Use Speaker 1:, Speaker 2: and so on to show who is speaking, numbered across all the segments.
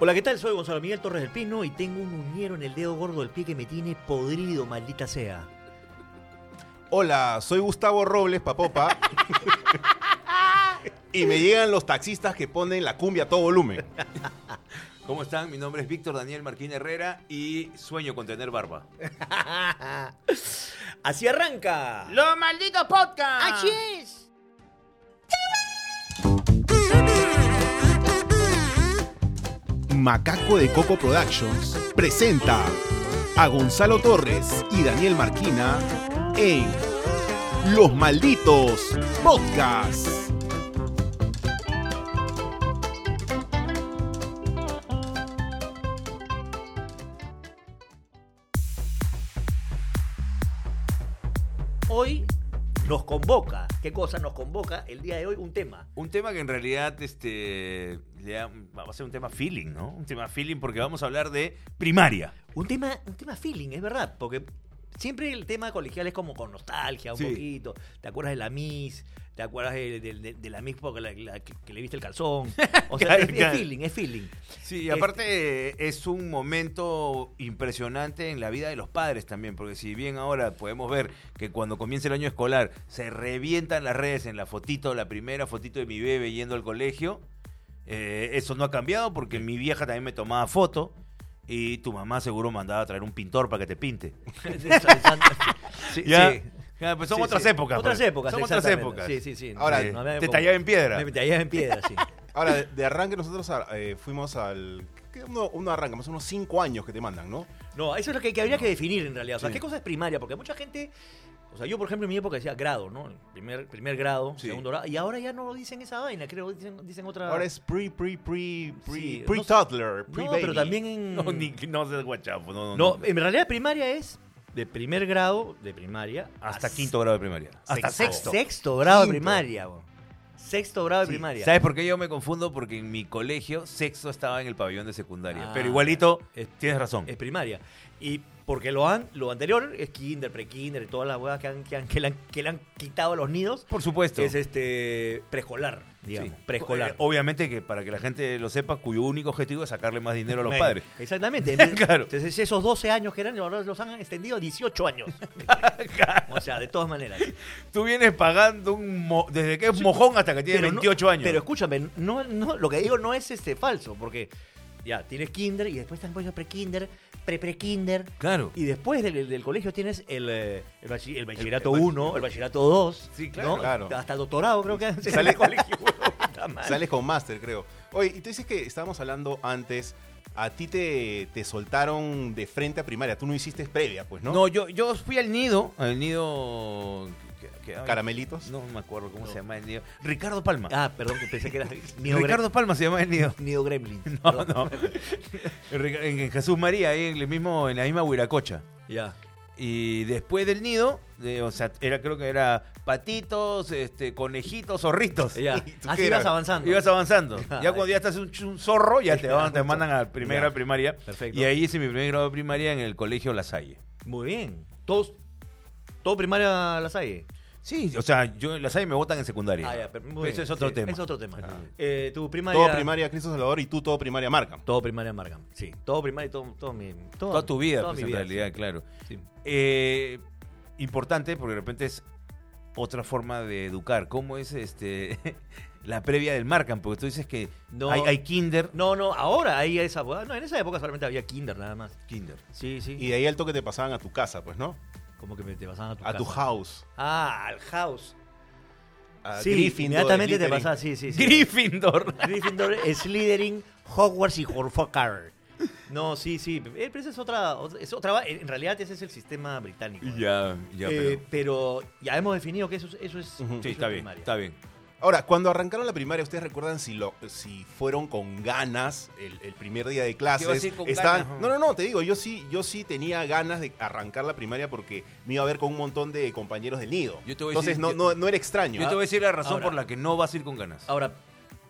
Speaker 1: Hola, ¿qué tal? Soy Gonzalo Miguel Torres del Pino y tengo un uñero en el dedo gordo del pie que me tiene podrido, maldita sea.
Speaker 2: Hola, soy Gustavo Robles, papopa. y me llegan los taxistas que ponen la cumbia a todo volumen.
Speaker 3: ¿Cómo están? Mi nombre es Víctor Daniel Martín Herrera y sueño con tener barba.
Speaker 1: Así arranca.
Speaker 4: ¡Los malditos podcast!
Speaker 5: Así es.
Speaker 2: Macaco de Coco Productions presenta a Gonzalo Torres y Daniel Marquina en Los Malditos Podcasts.
Speaker 1: Hoy nos convoca. ¿Qué cosa nos convoca el día de hoy? Un tema.
Speaker 3: Un tema que en realidad este, le da- va a ser un tema feeling, ¿no? Un tema feeling porque vamos a hablar de primaria.
Speaker 1: Un tema, un tema feeling, es verdad, porque siempre el tema colegial es como con nostalgia, un
Speaker 3: Sí.
Speaker 1: poquito. ¿Te acuerdas de la Miss? ¿Te acuerdas de, de- de- de la Miss porque la- la que, que le viste el calzón? O sea,
Speaker 3: Claro,
Speaker 1: es, es
Speaker 3: claro.
Speaker 1: feeling, es feeling.
Speaker 3: Sí,
Speaker 1: este
Speaker 3: y aparte eh, es un momento impresionante en la vida de los padres también, porque si bien ahora podemos ver que cuando comienza el año escolar se revientan las redes en la fotito, la primera fotito de mi bebé yendo al colegio, eh, eso no ha cambiado porque mi vieja también me tomaba foto y tu mamá seguro mandaba a traer un pintor para que te pinte.
Speaker 1: Sí,
Speaker 3: Ya,
Speaker 1: sí.
Speaker 3: ya, pues son
Speaker 1: Sí,
Speaker 3: otras
Speaker 1: sí.
Speaker 3: épocas.
Speaker 1: Otras
Speaker 3: pues.
Speaker 1: épocas,
Speaker 3: Son otras
Speaker 1: exactamente.
Speaker 3: épocas.
Speaker 1: Sí, sí, sí.
Speaker 2: Ahora,
Speaker 3: Eh,
Speaker 1: No había
Speaker 3: te
Speaker 1: como-
Speaker 3: tallaba en piedra.
Speaker 1: Me tallaba en piedra, sí.
Speaker 2: Ahora, de- de arranque nosotros ah, eh, fuimos al... ¿qué? Uno, uno arranca, más o menos cinco años que te mandan, ¿no?
Speaker 1: No, eso es lo que, que habría que definir en realidad. O sea,
Speaker 2: Sí.
Speaker 1: ¿qué cosa es primaria? Porque mucha gente. O sea, yo, por ejemplo, en mi época decía grado, ¿no? Primer, primer grado,
Speaker 2: Sí.
Speaker 1: segundo grado. Y ahora ya no dicen esa vaina, creo, dicen, dicen otra.
Speaker 2: Ahora es pre, pre, pre, pre,
Speaker 1: Ah. Sí,
Speaker 2: pre
Speaker 1: no sé.
Speaker 2: toddler, pre
Speaker 1: No,
Speaker 2: baby.
Speaker 1: pero también en.
Speaker 3: No, ni, no seas guachapo. No, no,
Speaker 1: Mm. no, eh,
Speaker 3: no.
Speaker 1: en realidad primaria es de primer grado de primaria
Speaker 3: Hasta
Speaker 1: a
Speaker 3: quinto grado de primaria. Hasta sexto.
Speaker 1: Sexto grado
Speaker 2: Quinto.
Speaker 1: de primaria, bo. Sexto grado de
Speaker 2: Sí,
Speaker 1: primaria.
Speaker 3: ¿Sabes por qué yo me confundo? Porque en mi colegio sexto estaba en el pabellón de secundaria.
Speaker 1: Ah, Eh,
Speaker 3: pero igualito, eh,
Speaker 1: es-
Speaker 3: tienes razón.
Speaker 1: Es primaria. Y porque lo, han, lo anterior es kinder, pre-kinder, todas las huevas que, han, que, han- que le han, que le han quitado a los nidos,
Speaker 3: por supuesto.
Speaker 1: es este preescolar, digamos.
Speaker 3: Sí. Eh,
Speaker 1: Preescolar.
Speaker 3: obviamente que para que la gente lo sepa, cuyo único objetivo es sacarle más dinero a los
Speaker 1: Bueno,
Speaker 3: padres.
Speaker 1: Exactamente. En vez-
Speaker 3: Claro.
Speaker 1: Entonces, esos 12 años que eran, ahora los han extendido a 18 años. o sea, de todas maneras.
Speaker 3: Tú vienes pagando un mo- desde que es mojón hasta que tienes
Speaker 1: Pero no-
Speaker 3: 28 años.
Speaker 1: Pero escúchame, no, no, lo que digo no es este falso, porque ya tienes kinder y después están colegio pre-kinder, pre-pre-kinder.
Speaker 3: claro.
Speaker 1: Y después del, del colegio tienes el, eh, el, bachi- el bachillerato
Speaker 3: El- el-
Speaker 1: 1, el bachillerato 2.
Speaker 3: Sí, claro.
Speaker 2: Claro.
Speaker 1: Hasta doctorado creo que se
Speaker 2: Sale-
Speaker 1: colegio. puta madre.
Speaker 2: Sales con máster, creo. Oye, y tú dices que estábamos hablando antes, a ti te, te soltaron de frente a primaria, tú no hiciste previa, pues, ¿no?
Speaker 3: No, yo, yo fui al nido, al nido... que- que- ay,
Speaker 2: Caramelitos.
Speaker 3: No me acuerdo cómo
Speaker 1: No.
Speaker 3: se llama el nido. Ricardo Palma.
Speaker 1: Ah, perdón, que pensé que era Neo
Speaker 3: Ricardo Palma se llama el nido.
Speaker 1: Nido Gremlin.
Speaker 3: No, no. En, en Jesús María, ahí en, el mismo, en la misma Huiracocha.
Speaker 1: Ya.
Speaker 3: Y después del nido, de- o sea, era, creo que era patitos, este, conejitos, zorritos.
Speaker 1: ya.
Speaker 2: ¿Y tú
Speaker 1: Así
Speaker 2: qué
Speaker 1: ibas
Speaker 2: eras?
Speaker 1: avanzando.
Speaker 3: Ibas avanzando.
Speaker 1: Ya.
Speaker 3: Ya cuando ya estás un, ch- un zorro, ya te, van- te mandan al primer
Speaker 1: Ya.
Speaker 3: grado de primaria.
Speaker 1: Perfecto.
Speaker 3: Y ahí hice mi primer grado de primaria en el colegio La Salle.
Speaker 1: Muy bien. Todos, todo primaria las hay.
Speaker 3: Sí, o sea, yo en La Salle me votan en secundaria.
Speaker 1: Ah, ya, pero muy
Speaker 3: Eso
Speaker 1: bien.
Speaker 3: es otro
Speaker 1: Sí,
Speaker 3: tema.
Speaker 1: Es otro tema.
Speaker 3: Ah.
Speaker 1: Eh, tu primaria.
Speaker 2: Todo primaria Cristo Salvador y tú todo primaria Marca.
Speaker 1: Todo primaria en Markham. Sí. Todo primaria y todo, todo mi. todo-
Speaker 3: Toda tu vida,
Speaker 1: toda
Speaker 3: pues,
Speaker 1: mi
Speaker 3: en
Speaker 1: vida,
Speaker 3: realidad, claro.
Speaker 1: sí.
Speaker 3: Eh, importante porque de repente es otra forma de educar. ¿Cómo es este la previa del Markham? Porque tú dices que
Speaker 1: No.
Speaker 3: hay, hay kinder.
Speaker 1: No, no, ahora hay esa. No, en esa época solamente había kinder nada más.
Speaker 3: Kinder.
Speaker 1: Sí, sí.
Speaker 2: Y de ahí al toque te pasaban a tu casa, pues, ¿no?
Speaker 1: Como que me- te pasaban a tu
Speaker 2: A tu
Speaker 1: casa.
Speaker 2: house.
Speaker 1: Ah, al house.
Speaker 2: A
Speaker 1: sí,
Speaker 2: Gryffindor,
Speaker 1: inmediatamente te
Speaker 2: Slytherin.
Speaker 1: pasaba, sí, sí. sí.
Speaker 3: Gryffindor.
Speaker 1: Gryffindor, Slytherin, Hogwarts y Horfokar. No, sí, sí. Eh, Pero esa es otra, es otra. eh, En realidad ese es el sistema británico. ¿no?
Speaker 3: Ya, ya,
Speaker 1: Eh, pero... ya hemos definido que eso, es- eso es.
Speaker 2: Ujú.
Speaker 1: eso
Speaker 3: Sí,
Speaker 1: es
Speaker 3: está bien,
Speaker 1: primaria.
Speaker 3: está bien.
Speaker 2: Ahora, cuando arrancaron la primaria, ¿ustedes recuerdan si, lo, si fueron con ganas el, el primer día de
Speaker 3: Yo
Speaker 2: clases?
Speaker 3: sí con
Speaker 2: Estaban-
Speaker 3: ganas,
Speaker 2: No, no, no, te digo, yo sí, yo sí tenía ganas de arrancar la primaria porque me iba a ver con un montón de compañeros del nido.
Speaker 3: Yo te voy a
Speaker 2: Entonces
Speaker 3: decir-
Speaker 2: no,
Speaker 3: yo-
Speaker 2: no, no era extraño. ¿ah?
Speaker 3: Yo te voy a decir la razón
Speaker 1: Ahora.
Speaker 3: por la que no vas a ir con ganas.
Speaker 1: Ahora,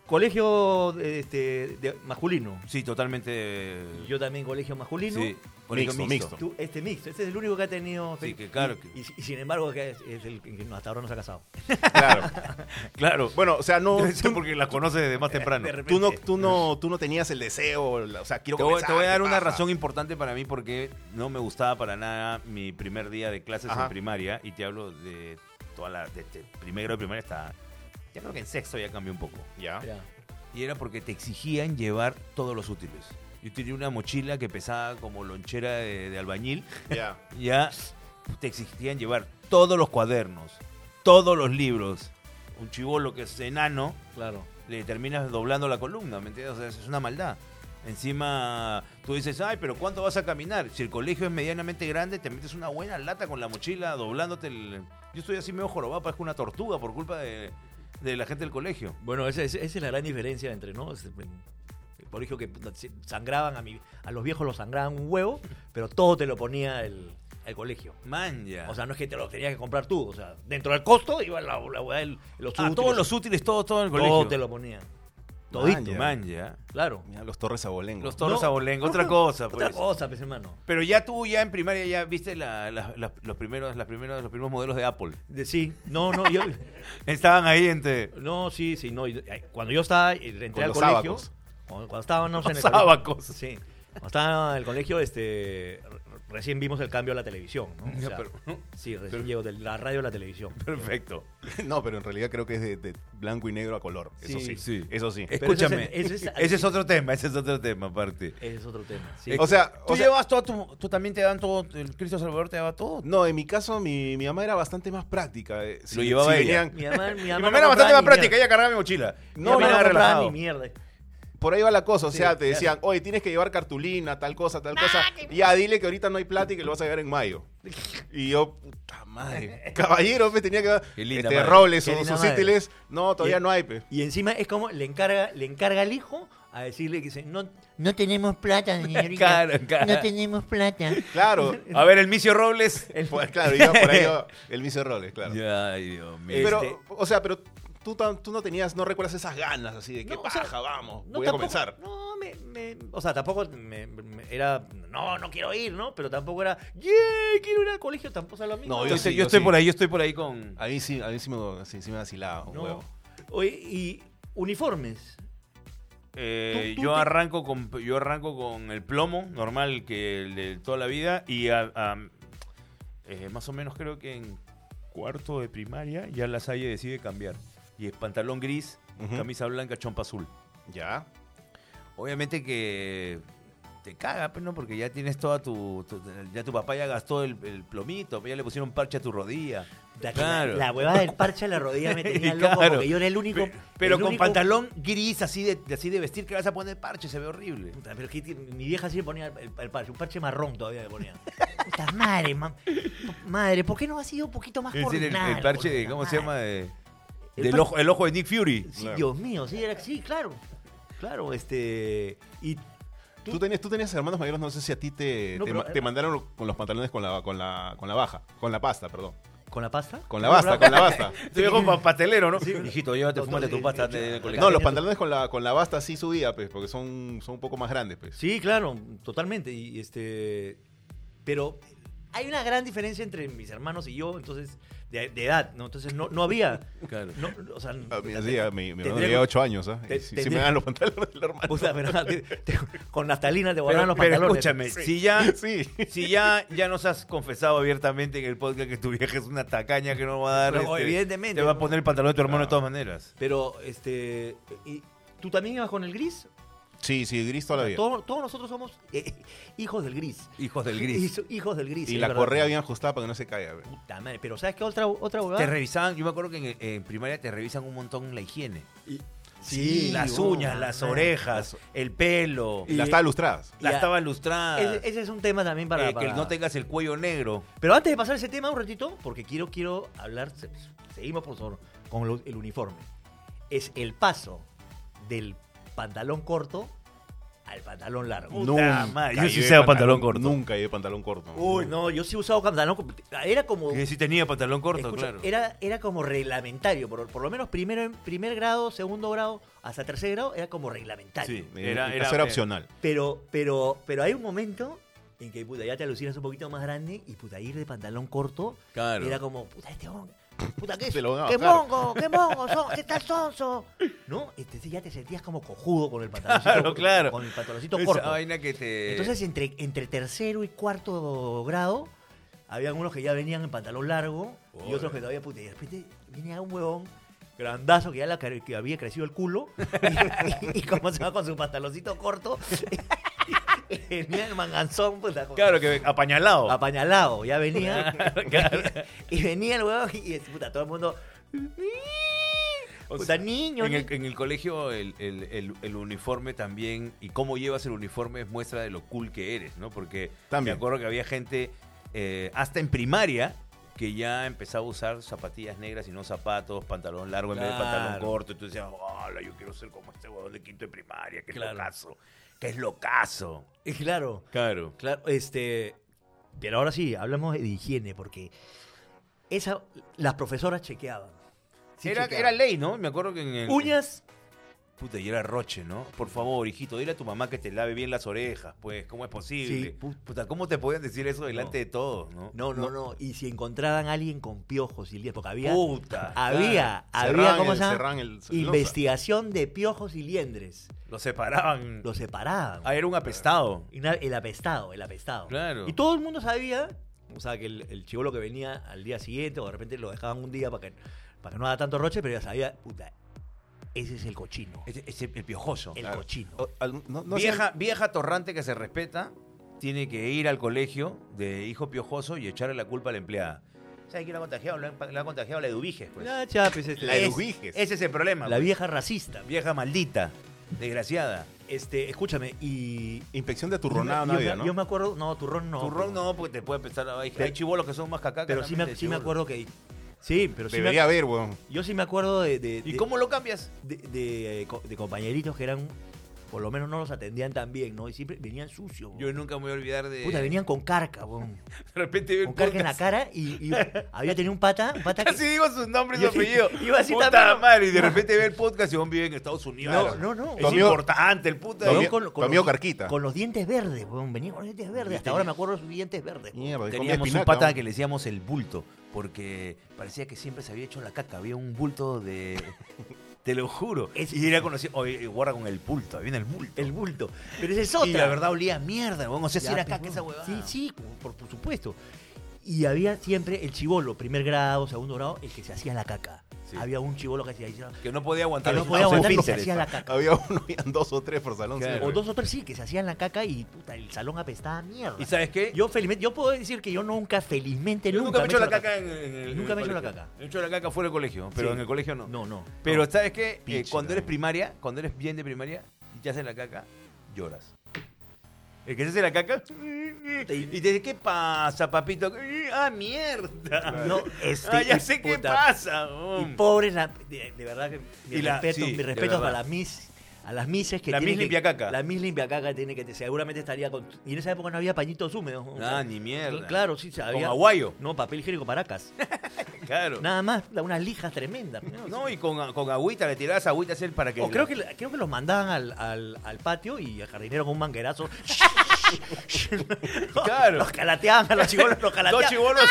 Speaker 1: colegio eh, este, de- masculino.
Speaker 3: Sí, totalmente.
Speaker 1: Yo también colegio masculino.
Speaker 3: Sí. Colegio
Speaker 2: Mixto, mixto.
Speaker 1: Tú- este mixto, este es el único que ha tenido.
Speaker 3: Sí, que claro que-
Speaker 1: Y, y- y sin embargo, que es, es el que que hasta ahora no se ha casado.
Speaker 2: Claro.
Speaker 3: Claro.
Speaker 2: Bueno, o sea, no,
Speaker 3: Debe ser
Speaker 2: tú,
Speaker 3: porque la conoce desde más temprano.
Speaker 1: de repente.
Speaker 2: tú no, tú, no, tú no tenías el deseo, la- o sea, quiero
Speaker 3: Te voy,
Speaker 2: comenzar,
Speaker 3: te voy a
Speaker 2: ¿qué
Speaker 3: dar una
Speaker 2: pasa?
Speaker 3: razón importante para mí porque no me gustaba para nada mi primer día de clases
Speaker 2: Ajá.
Speaker 3: en primaria y te hablo de toda la de, de primero de primaria hasta ya creo que en sexto ya cambió un poco
Speaker 2: Ya.
Speaker 1: Ya.
Speaker 3: y era porque te exigían llevar todos los útiles. Yo tenía una mochila que pesaba como lonchera de, de albañil
Speaker 2: Ya.
Speaker 3: ya te exigían llevar todos los cuadernos, todos los libros. Un chivolo que es enano
Speaker 1: Claro.
Speaker 3: le terminas doblando la columna, ¿me entiendes? O sea, es una maldad. Encima tú dices, ay, pero ¿cuánto vas a caminar? Si el colegio es medianamente grande, te metes una buena lata con la mochila doblándote el... Yo estoy así medio jorobado, parezco una tortuga por culpa de, de la gente del colegio.
Speaker 1: Bueno, esa, esa- esa es la gran diferencia entre, ¿no? Este, en- El colegio que puta, se- sangraban a, mi, a los viejos los sangraban un huevo, pero todo te lo ponía el, el colegio.
Speaker 3: Man, ya.
Speaker 1: O sea, no es que te lo tenías que comprar tú, o sea, dentro del costo iba la, la, weá del- los
Speaker 3: Ah,
Speaker 1: útiles.
Speaker 3: todos los útiles, todo, todo en el colegio.
Speaker 1: Todo te lo ponía. Todito.
Speaker 2: ya.
Speaker 3: Man, ya.
Speaker 1: Claro.
Speaker 2: Mira, los Torres Abolengo.
Speaker 3: Los toros
Speaker 1: No,
Speaker 3: abolengo,
Speaker 1: no,
Speaker 3: otra cosa,
Speaker 1: Otra
Speaker 3: pues.
Speaker 1: cosa, pues, hermano.
Speaker 3: Pero ya tú, ya en primaria, ya viste la- la- la- los, primeros, las primeros, los primeros modelos de Apple.
Speaker 1: De- sí, no, no, yo...
Speaker 3: Estaban ahí entre...
Speaker 1: No, sí, sí, no. y- ay, Cuando yo estaba, eh, entré
Speaker 2: Con
Speaker 1: al
Speaker 2: los
Speaker 1: colegio.
Speaker 2: sábacos.
Speaker 1: Cuando, cuando estábamos en el
Speaker 3: Los sábacos.
Speaker 1: colegio. Sí. Cuando estaba en el colegio, este, re- recién vimos el cambio a la televisión. ¿no? O
Speaker 3: Ya,
Speaker 1: sea,
Speaker 3: pero-
Speaker 1: sí, recién
Speaker 3: pero-
Speaker 1: llegó de la radio a la televisión.
Speaker 3: Perfecto.
Speaker 2: No, pero en realidad creo que es de, de blanco y negro a color. Eso sí.
Speaker 1: Sí.
Speaker 3: Sí.
Speaker 2: Eso sí.
Speaker 1: Pero ese es-
Speaker 3: Escúchame,
Speaker 1: ese
Speaker 3: ese,
Speaker 1: es-
Speaker 3: es, otro tema, ese es otro tema aparte.
Speaker 1: Ese es otro tema.
Speaker 3: Eh,
Speaker 1: sí.
Speaker 2: O sea,
Speaker 3: tú
Speaker 2: o sea-
Speaker 3: llevas todo tu, tú también te dan todo, el Cristo Salvador te daba todo.
Speaker 2: No, en mi caso, mi, mi mamá era bastante más práctica. eh,
Speaker 3: Lo llevaba ella.
Speaker 1: mi mamá, mi mamá
Speaker 3: Mi
Speaker 1: no
Speaker 3: mamá era
Speaker 1: compraba
Speaker 3: bastante más
Speaker 1: ni
Speaker 3: práctica,
Speaker 1: mierda.
Speaker 3: ella cargaba mi mochila.
Speaker 1: Mi
Speaker 2: No,
Speaker 1: mamá
Speaker 3: No, me
Speaker 1: no
Speaker 3: nada
Speaker 1: compraba
Speaker 3: relajado.
Speaker 1: ni mierda.
Speaker 2: Por ahí va la cosa, o
Speaker 1: Sí,
Speaker 2: sea, te
Speaker 1: ya.
Speaker 2: decían, oye, tienes que llevar cartulina, tal cosa, tal cosa. Ya dile que ahorita no hay plata y que lo vas a llevar en mayo. Y yo, puta madre. Caballero, pues tenía que dar
Speaker 3: Qué linda
Speaker 2: este,
Speaker 3: madre.
Speaker 2: robles
Speaker 1: Qué
Speaker 2: o
Speaker 1: linda
Speaker 2: sus
Speaker 1: madre.
Speaker 2: sítiles. No, todavía
Speaker 1: Y-
Speaker 2: no hay, pe.
Speaker 1: Y encima es como le encarga, le encarga al hijo a decirle que dice, no,
Speaker 6: No tenemos plata, señorita.
Speaker 3: Claro, claro.
Speaker 6: No tenemos plata.
Speaker 2: Claro.
Speaker 3: A ver, el Micio Robles.
Speaker 1: el-
Speaker 2: Pues, claro, iba por ahí va el miso roles, claro.
Speaker 3: Ya, Ay, Dios mío.
Speaker 2: Pero,
Speaker 1: Este-
Speaker 2: o sea, pero tú, tan- tú no tenías, no recuerdas esas ganas así de que
Speaker 1: No, o
Speaker 2: paja,
Speaker 1: sea,
Speaker 2: vamos,
Speaker 1: No,
Speaker 2: voy
Speaker 1: tampoco-
Speaker 2: a comenzar.
Speaker 1: No, me, me- o sea, tampoco me, me- era, no, no quiero ir, ¿no? Pero tampoco era, yeah, quiero ir al colegio, tampoco es lo mismo.
Speaker 2: No,
Speaker 3: yo,
Speaker 2: yo
Speaker 3: estoy-
Speaker 2: sí,
Speaker 3: yo
Speaker 2: yo
Speaker 3: estoy
Speaker 2: sí.
Speaker 3: por ahí, yo estoy por ahí con...
Speaker 2: A mí sí, a mí sí me, sí, sí me vacilaba un
Speaker 1: No.
Speaker 2: huevo.
Speaker 1: Oye, y uniformes.
Speaker 3: Eh,
Speaker 1: Tú- tú
Speaker 3: yo
Speaker 1: te-
Speaker 3: arranco con yo arranco con el plomo normal que el de toda la vida y a- a- eh, más o menos creo que en cuarto de primaria ya la Salle decide cambiar y es pantalón gris,
Speaker 2: Ujú.
Speaker 3: camisa blanca, chompa azul.
Speaker 2: Ya.
Speaker 3: Obviamente que te caga, pues, ¿no? Porque ya tienes toda tu, tu- ya tu papá ya gastó el, el plomito, ya le pusieron parche a tu rodilla.
Speaker 1: La,
Speaker 3: Claro.
Speaker 1: la huevada del parche a la rodilla me tenía loco
Speaker 3: Claro.
Speaker 1: porque yo era el único.
Speaker 3: Pe- Pero
Speaker 1: el
Speaker 3: con
Speaker 1: único-
Speaker 3: pantalón gris así de, de- así de vestir que le vas a poner parche, se ve horrible.
Speaker 1: Puta, pero que ti- mi vieja sí ponía el, el parche, un parche marrón todavía le ponía.
Speaker 6: Puta madre, mam- madre, ¿por qué no ha sido un poquito más
Speaker 3: Es decir, el,
Speaker 6: coordinado?
Speaker 3: el parche de,
Speaker 6: puta
Speaker 3: ¿cómo se
Speaker 6: madre?
Speaker 3: llama? De-
Speaker 1: El
Speaker 3: del
Speaker 1: par-
Speaker 3: ojo, el ojo de Nick Fury.
Speaker 1: Sí,
Speaker 2: Claro.
Speaker 1: Dios mío, sí, era, sí, claro. Claro, este. Y
Speaker 2: ¿Tú, tenías, tú tenías hermanos mayores, no sé si a ti te,
Speaker 1: No,
Speaker 2: te,
Speaker 1: pero-
Speaker 2: ma- te mandaron con los pantalones con la, con, la, con la baja, con la pasta, perdón.
Speaker 1: ¿Con la pasta?
Speaker 2: Con la basta, con la basta.
Speaker 3: Te veo como pastelero, ¿no? Hijito, llévate,
Speaker 1: No,
Speaker 3: fúmate
Speaker 1: no,
Speaker 3: tu
Speaker 1: eh,
Speaker 3: pasta
Speaker 1: eh,
Speaker 3: antes de ir al colegio.
Speaker 2: No, los pantalones con la, con la basta sí subía, pues, porque son, son un poco más grandes, pues.
Speaker 1: Sí, claro, totalmente. Y este, pero hay una gran diferencia entre mis hermanos y yo, entonces, de, de edad, ¿no? Entonces no, no había.
Speaker 3: Claro.
Speaker 1: No, o sea,
Speaker 2: Ah, mira, sí, ah, mi, mi hermano
Speaker 1: tendría-
Speaker 2: tenía 8 años, ¿ah?
Speaker 1: te-
Speaker 2: Y Si, si
Speaker 1: tendría-
Speaker 2: me dan los pantalones del hermano.
Speaker 1: Puta, pero, ah, te- te- con Natalina te borraron
Speaker 3: Pero,
Speaker 1: los
Speaker 3: pero
Speaker 1: pantalones.
Speaker 3: escúchame, si ya,
Speaker 2: Sí.
Speaker 3: si ya, ya nos has confesado abiertamente en el podcast que tu vieja es una tacaña que no va a dar.
Speaker 1: No, evidentemente,
Speaker 3: este, Te va a
Speaker 1: no. Ah.
Speaker 3: poner el pantalón de tu hermano
Speaker 2: Claro.
Speaker 3: de todas maneras.
Speaker 1: Pero, este, y- ¿tú también ibas con el gris?
Speaker 2: Sí, sí, gris toda la vida.
Speaker 1: Todos, todos nosotros somos eh, hijos del gris.
Speaker 3: Hijos del gris.
Speaker 1: Hijo- Hijos del gris.
Speaker 2: Y
Speaker 1: es
Speaker 2: la
Speaker 1: verdad.
Speaker 2: correa bien ajustada para que no se caiga, pues.
Speaker 1: Puta madre, pero ¿sabes qué otra, otra huevada?
Speaker 3: Te revisaban, yo me acuerdo que en, en primaria te revisan un montón la higiene.
Speaker 1: Sí,
Speaker 3: las
Speaker 1: oh,
Speaker 3: uñas, las
Speaker 1: man.
Speaker 3: orejas, el pelo,
Speaker 2: Y las estaba lustradas.
Speaker 3: la
Speaker 1: Ya.
Speaker 3: estaba lustrada.
Speaker 1: Ese, ese es un tema también para,
Speaker 3: eh,
Speaker 1: para-
Speaker 3: Que no tengas el cuello negro.
Speaker 1: Pero antes de pasar ese tema un ratito, porque quiero, quiero hablar, se- seguimos por favor, con lo- el uniforme. Es el paso del pantalón corto al pantalón largo.
Speaker 3: Puta madre, yo sí
Speaker 2: llevé
Speaker 3: usaba pantalón corto.
Speaker 2: Nunca llevé pantalón corto.
Speaker 1: Uy, no, yo sí he usado pantalón corto. Era como...
Speaker 3: Que sí tenía pantalón corto,
Speaker 1: escucha,
Speaker 3: claro.
Speaker 1: era, era como reglamentario, por, por lo menos primero, en primer grado, segundo grado, hasta tercer grado, era como reglamentario.
Speaker 3: Sí.
Speaker 2: Eh, Era,
Speaker 3: Era-
Speaker 2: era,
Speaker 3: era-
Speaker 2: era opcional.
Speaker 1: Pero, pero, pero hay un momento en que puta, ya te alucinas un poquito más grande y puta, ir de pantalón corto
Speaker 3: Claro.
Speaker 1: era como, puta, este hombre, puta, ¿qué,
Speaker 7: Te lo van a
Speaker 1: qué
Speaker 7: bajar.
Speaker 1: mongo, qué mongo, son, qué tal sonso, ¿no? Entonces ya te sentías como cojudo con el pantaloncito,
Speaker 3: Claro, claro.
Speaker 1: Con el pantaloncito
Speaker 3: Esa
Speaker 1: corto.
Speaker 3: vaina que te.
Speaker 1: Entonces, entre, entre tercero y cuarto grado, había unos que ya venían en pantalón largo y
Speaker 3: Pobre.
Speaker 1: otros que todavía, puta, y de repente venía un huevón grandazo que ya la, cre- que había crecido el culo y, y- y como se va con su pantaloncito corto, venía el manganzón, puta, con-
Speaker 3: Claro, que apañalado.
Speaker 1: apañalado, ya venía. y venía el huevón y, y, puta, todo el mundo...
Speaker 3: O
Speaker 1: puta,
Speaker 3: sea,
Speaker 1: niño,
Speaker 3: En
Speaker 1: ni-
Speaker 3: el, en el colegio el, el- el- el uniforme también y cómo llevas el uniforme es muestra de lo cool que eres, ¿no? Porque
Speaker 7: También.
Speaker 3: me acuerdo que había gente eh, hasta en primaria que ya empezaba a usar zapatillas negras y no zapatos, pantalón largo en vez de pantalón
Speaker 1: Claro.
Speaker 3: corto. Y tú decías, hola, yo quiero ser como este huevón de quinto de primaria, que
Speaker 1: Claro.
Speaker 3: es locazo, que es locazo.
Speaker 1: Y claro.
Speaker 3: Claro.
Speaker 1: Claro, este. Pero ahora sí, hablamos de higiene, porque esa, las profesoras chequeaban. Sí
Speaker 3: era,
Speaker 1: chequeaban.
Speaker 3: era ley, ¿no? Me acuerdo que en el...
Speaker 1: Uñas,
Speaker 3: Puta, y era Roche, ¿no? Por favor, hijito, dile a tu mamá que te lave bien las orejas, pues, ¿cómo es posible?
Speaker 1: Sí.
Speaker 3: Pu- Puta, ¿cómo te podían decir eso delante de todos, no? Uh,
Speaker 1: no, no, no. Y si encontraban a alguien con piojos y liendres, porque había.
Speaker 3: Puta.
Speaker 1: había,
Speaker 7: Cerraban
Speaker 1: había, ¿cómo
Speaker 7: el-
Speaker 1: se llama?
Speaker 7: cerraban el-
Speaker 1: Investigación de piojos y liendres.
Speaker 3: Lo separaban.
Speaker 1: Los separaban.
Speaker 3: Ah, era un apestado.
Speaker 1: Y na- El apestado, el apestado.
Speaker 3: Claro.
Speaker 1: Y todo el mundo sabía, o sea, que el, el chivolo que venía al día siguiente, o de repente lo dejaban un día para que, para que no haga tanto roche, pero ya sabía, puta, ese es el cochino.
Speaker 3: Ese- ese- el piojoso.
Speaker 1: el
Speaker 3: Claro. Oh,
Speaker 1: cochino.
Speaker 7: O- al- no- no hacían-
Speaker 3: vieja, vieja torrante que se respeta tiene que ir al colegio de hijo piojoso y echarle la culpa a la empleada. ¿Sabes quién la ha contagiado? La, han- la ha contagiado la Eduviges, pues.
Speaker 1: La chapa, es este,
Speaker 7: La
Speaker 1: es-
Speaker 7: Eduviges.
Speaker 3: Ese es el problema.
Speaker 1: la
Speaker 3: pues.
Speaker 1: vieja racista.
Speaker 3: vieja maldita, desgraciada.
Speaker 1: Este, escúchame, y.
Speaker 7: Inspección de turronada
Speaker 1: yo,
Speaker 7: no
Speaker 1: me-
Speaker 7: había,
Speaker 1: yo me-
Speaker 7: ¿no?
Speaker 1: Yo me acuerdo, no, turrón no.
Speaker 3: Turrón no, porque te puede empezar a... Hay,
Speaker 1: Pero-
Speaker 3: hay chibolos que son más cacacas.
Speaker 1: Pero sí me,
Speaker 3: también,
Speaker 1: sí me
Speaker 3: seguro.
Speaker 1: acuerdo que. Sí, pero sí me-
Speaker 7: Debería haber, weón.
Speaker 1: yo sí me acuerdo de. de-
Speaker 3: ¿Y
Speaker 1: de-
Speaker 3: cómo lo cambias?
Speaker 1: de, de- co- de compañeritos que eran, por lo menos no los atendían tan bien, ¿no? Y siempre venían sucios.
Speaker 3: Yo
Speaker 1: weón.
Speaker 3: nunca me voy a olvidar de.
Speaker 1: Puta, venían con carca, weón.
Speaker 3: De repente veo el
Speaker 1: Con carca en la
Speaker 3: podcast.
Speaker 1: cara y, y había tenido un pata, un pata que...
Speaker 3: Casi digo su nombre y su
Speaker 1: Yo-
Speaker 3: apellido.
Speaker 1: iba a decir
Speaker 3: puta
Speaker 1: también-
Speaker 3: madre. Y de repente ve el podcast y aún vive en Estados Unidos.
Speaker 1: No, no, no.
Speaker 3: Es
Speaker 7: Tu amigo-
Speaker 3: importante el puta.
Speaker 7: Tu
Speaker 1: Weón,
Speaker 7: amigo- tu amigo Carquita.
Speaker 1: Con los dientes verdes, weón. Venía con los dientes verdes. Hasta ahora me acuerdo de sus dientes verdes. weón.
Speaker 7: Mierda, y comía
Speaker 3: Teníamos un
Speaker 7: espinaca,
Speaker 3: pata
Speaker 7: weón.
Speaker 3: que le decíamos el bulto. Porque parecía que siempre se había hecho la caca. Había un bulto de. Te lo juro.
Speaker 1: Es-
Speaker 3: Y era conocido. Oye, guarda con el bulto. Ahí viene el bulto.
Speaker 1: El bulto. Pero esa es otra.
Speaker 3: y la verdad olía a mierda, weón. O sea, si
Speaker 1: Ya,
Speaker 3: era
Speaker 1: pues,
Speaker 3: caca esa
Speaker 1: weón.
Speaker 3: huevada.
Speaker 1: Sí, sí, por, por supuesto. Y había siempre el chivolo, primer grado, segundo grado, el que se hacía la caca.
Speaker 3: Sí.
Speaker 1: Había un chivolo que se hacía,
Speaker 3: Que no podía aguantar
Speaker 1: que no
Speaker 3: los-
Speaker 1: podía
Speaker 3: los
Speaker 1: aguantar y se
Speaker 3: esfínteres,
Speaker 1: hacía
Speaker 3: pa.
Speaker 1: la caca.
Speaker 7: Había uno, habían dos o tres por salón. sí,
Speaker 3: Claro.
Speaker 1: O
Speaker 7: weón.
Speaker 1: dos o tres sí, que se hacían la caca y puta, el salón apestaba a mierda.
Speaker 3: ¿Y sabes qué?
Speaker 1: Yo felizmente, yo puedo decir que yo nunca, felizmente,
Speaker 3: Yo nunca me he hecho
Speaker 1: he
Speaker 3: la caca en, en el
Speaker 1: Nunca me he
Speaker 3: en el
Speaker 1: hecho la
Speaker 3: colegio.
Speaker 1: caca.
Speaker 3: Me he hecho la caca fuera del colegio, pero
Speaker 1: Sí.
Speaker 3: en el colegio no.
Speaker 1: No, no.
Speaker 3: Pero
Speaker 1: no.
Speaker 3: ¿sabes qué? Eh,
Speaker 7: Pinche,
Speaker 3: cuando eres
Speaker 7: cabrón.
Speaker 3: primaria, cuando eres bien de primaria y te hacen la caca, lloras. El que se hace la caca y te dice, ¿qué pasa, papito? ¡Ah, mierda!
Speaker 1: No, este,
Speaker 3: ah, ya
Speaker 1: y
Speaker 3: sé qué
Speaker 1: puta,
Speaker 3: pasa.
Speaker 1: Y
Speaker 3: hom.
Speaker 1: pobres, la- de, de verdad que mi
Speaker 3: Y la-
Speaker 1: respeto,
Speaker 3: sí,
Speaker 1: mi
Speaker 3: de
Speaker 1: respeto
Speaker 3: verdad.
Speaker 1: a las mis a las mises que
Speaker 3: La
Speaker 1: tienen
Speaker 3: Miss
Speaker 1: que-
Speaker 3: Limpiacaca.
Speaker 1: La mis limpiacaca tiene que seguramente estaría con y en esa época no había pañitos húmedos. o sea,
Speaker 3: Ah, ni mierda.
Speaker 1: Claro, sí, se
Speaker 3: Con
Speaker 1: había.
Speaker 3: aguayo.
Speaker 1: No, papel higiénico paracas.
Speaker 3: Claro.
Speaker 1: Nada más, da unas lijas tremendas. ¿no?
Speaker 3: No, y con, con agüita, le tirabas agüita a él para que...
Speaker 1: O Oh, creo que, creo que los mandaban al, al, al patio y el jardinero con un manguerazo.
Speaker 3: Claro.
Speaker 1: Los calateaban a los chibolos, los
Speaker 3: Dos
Speaker 1: calateaban.
Speaker 3: chibolos,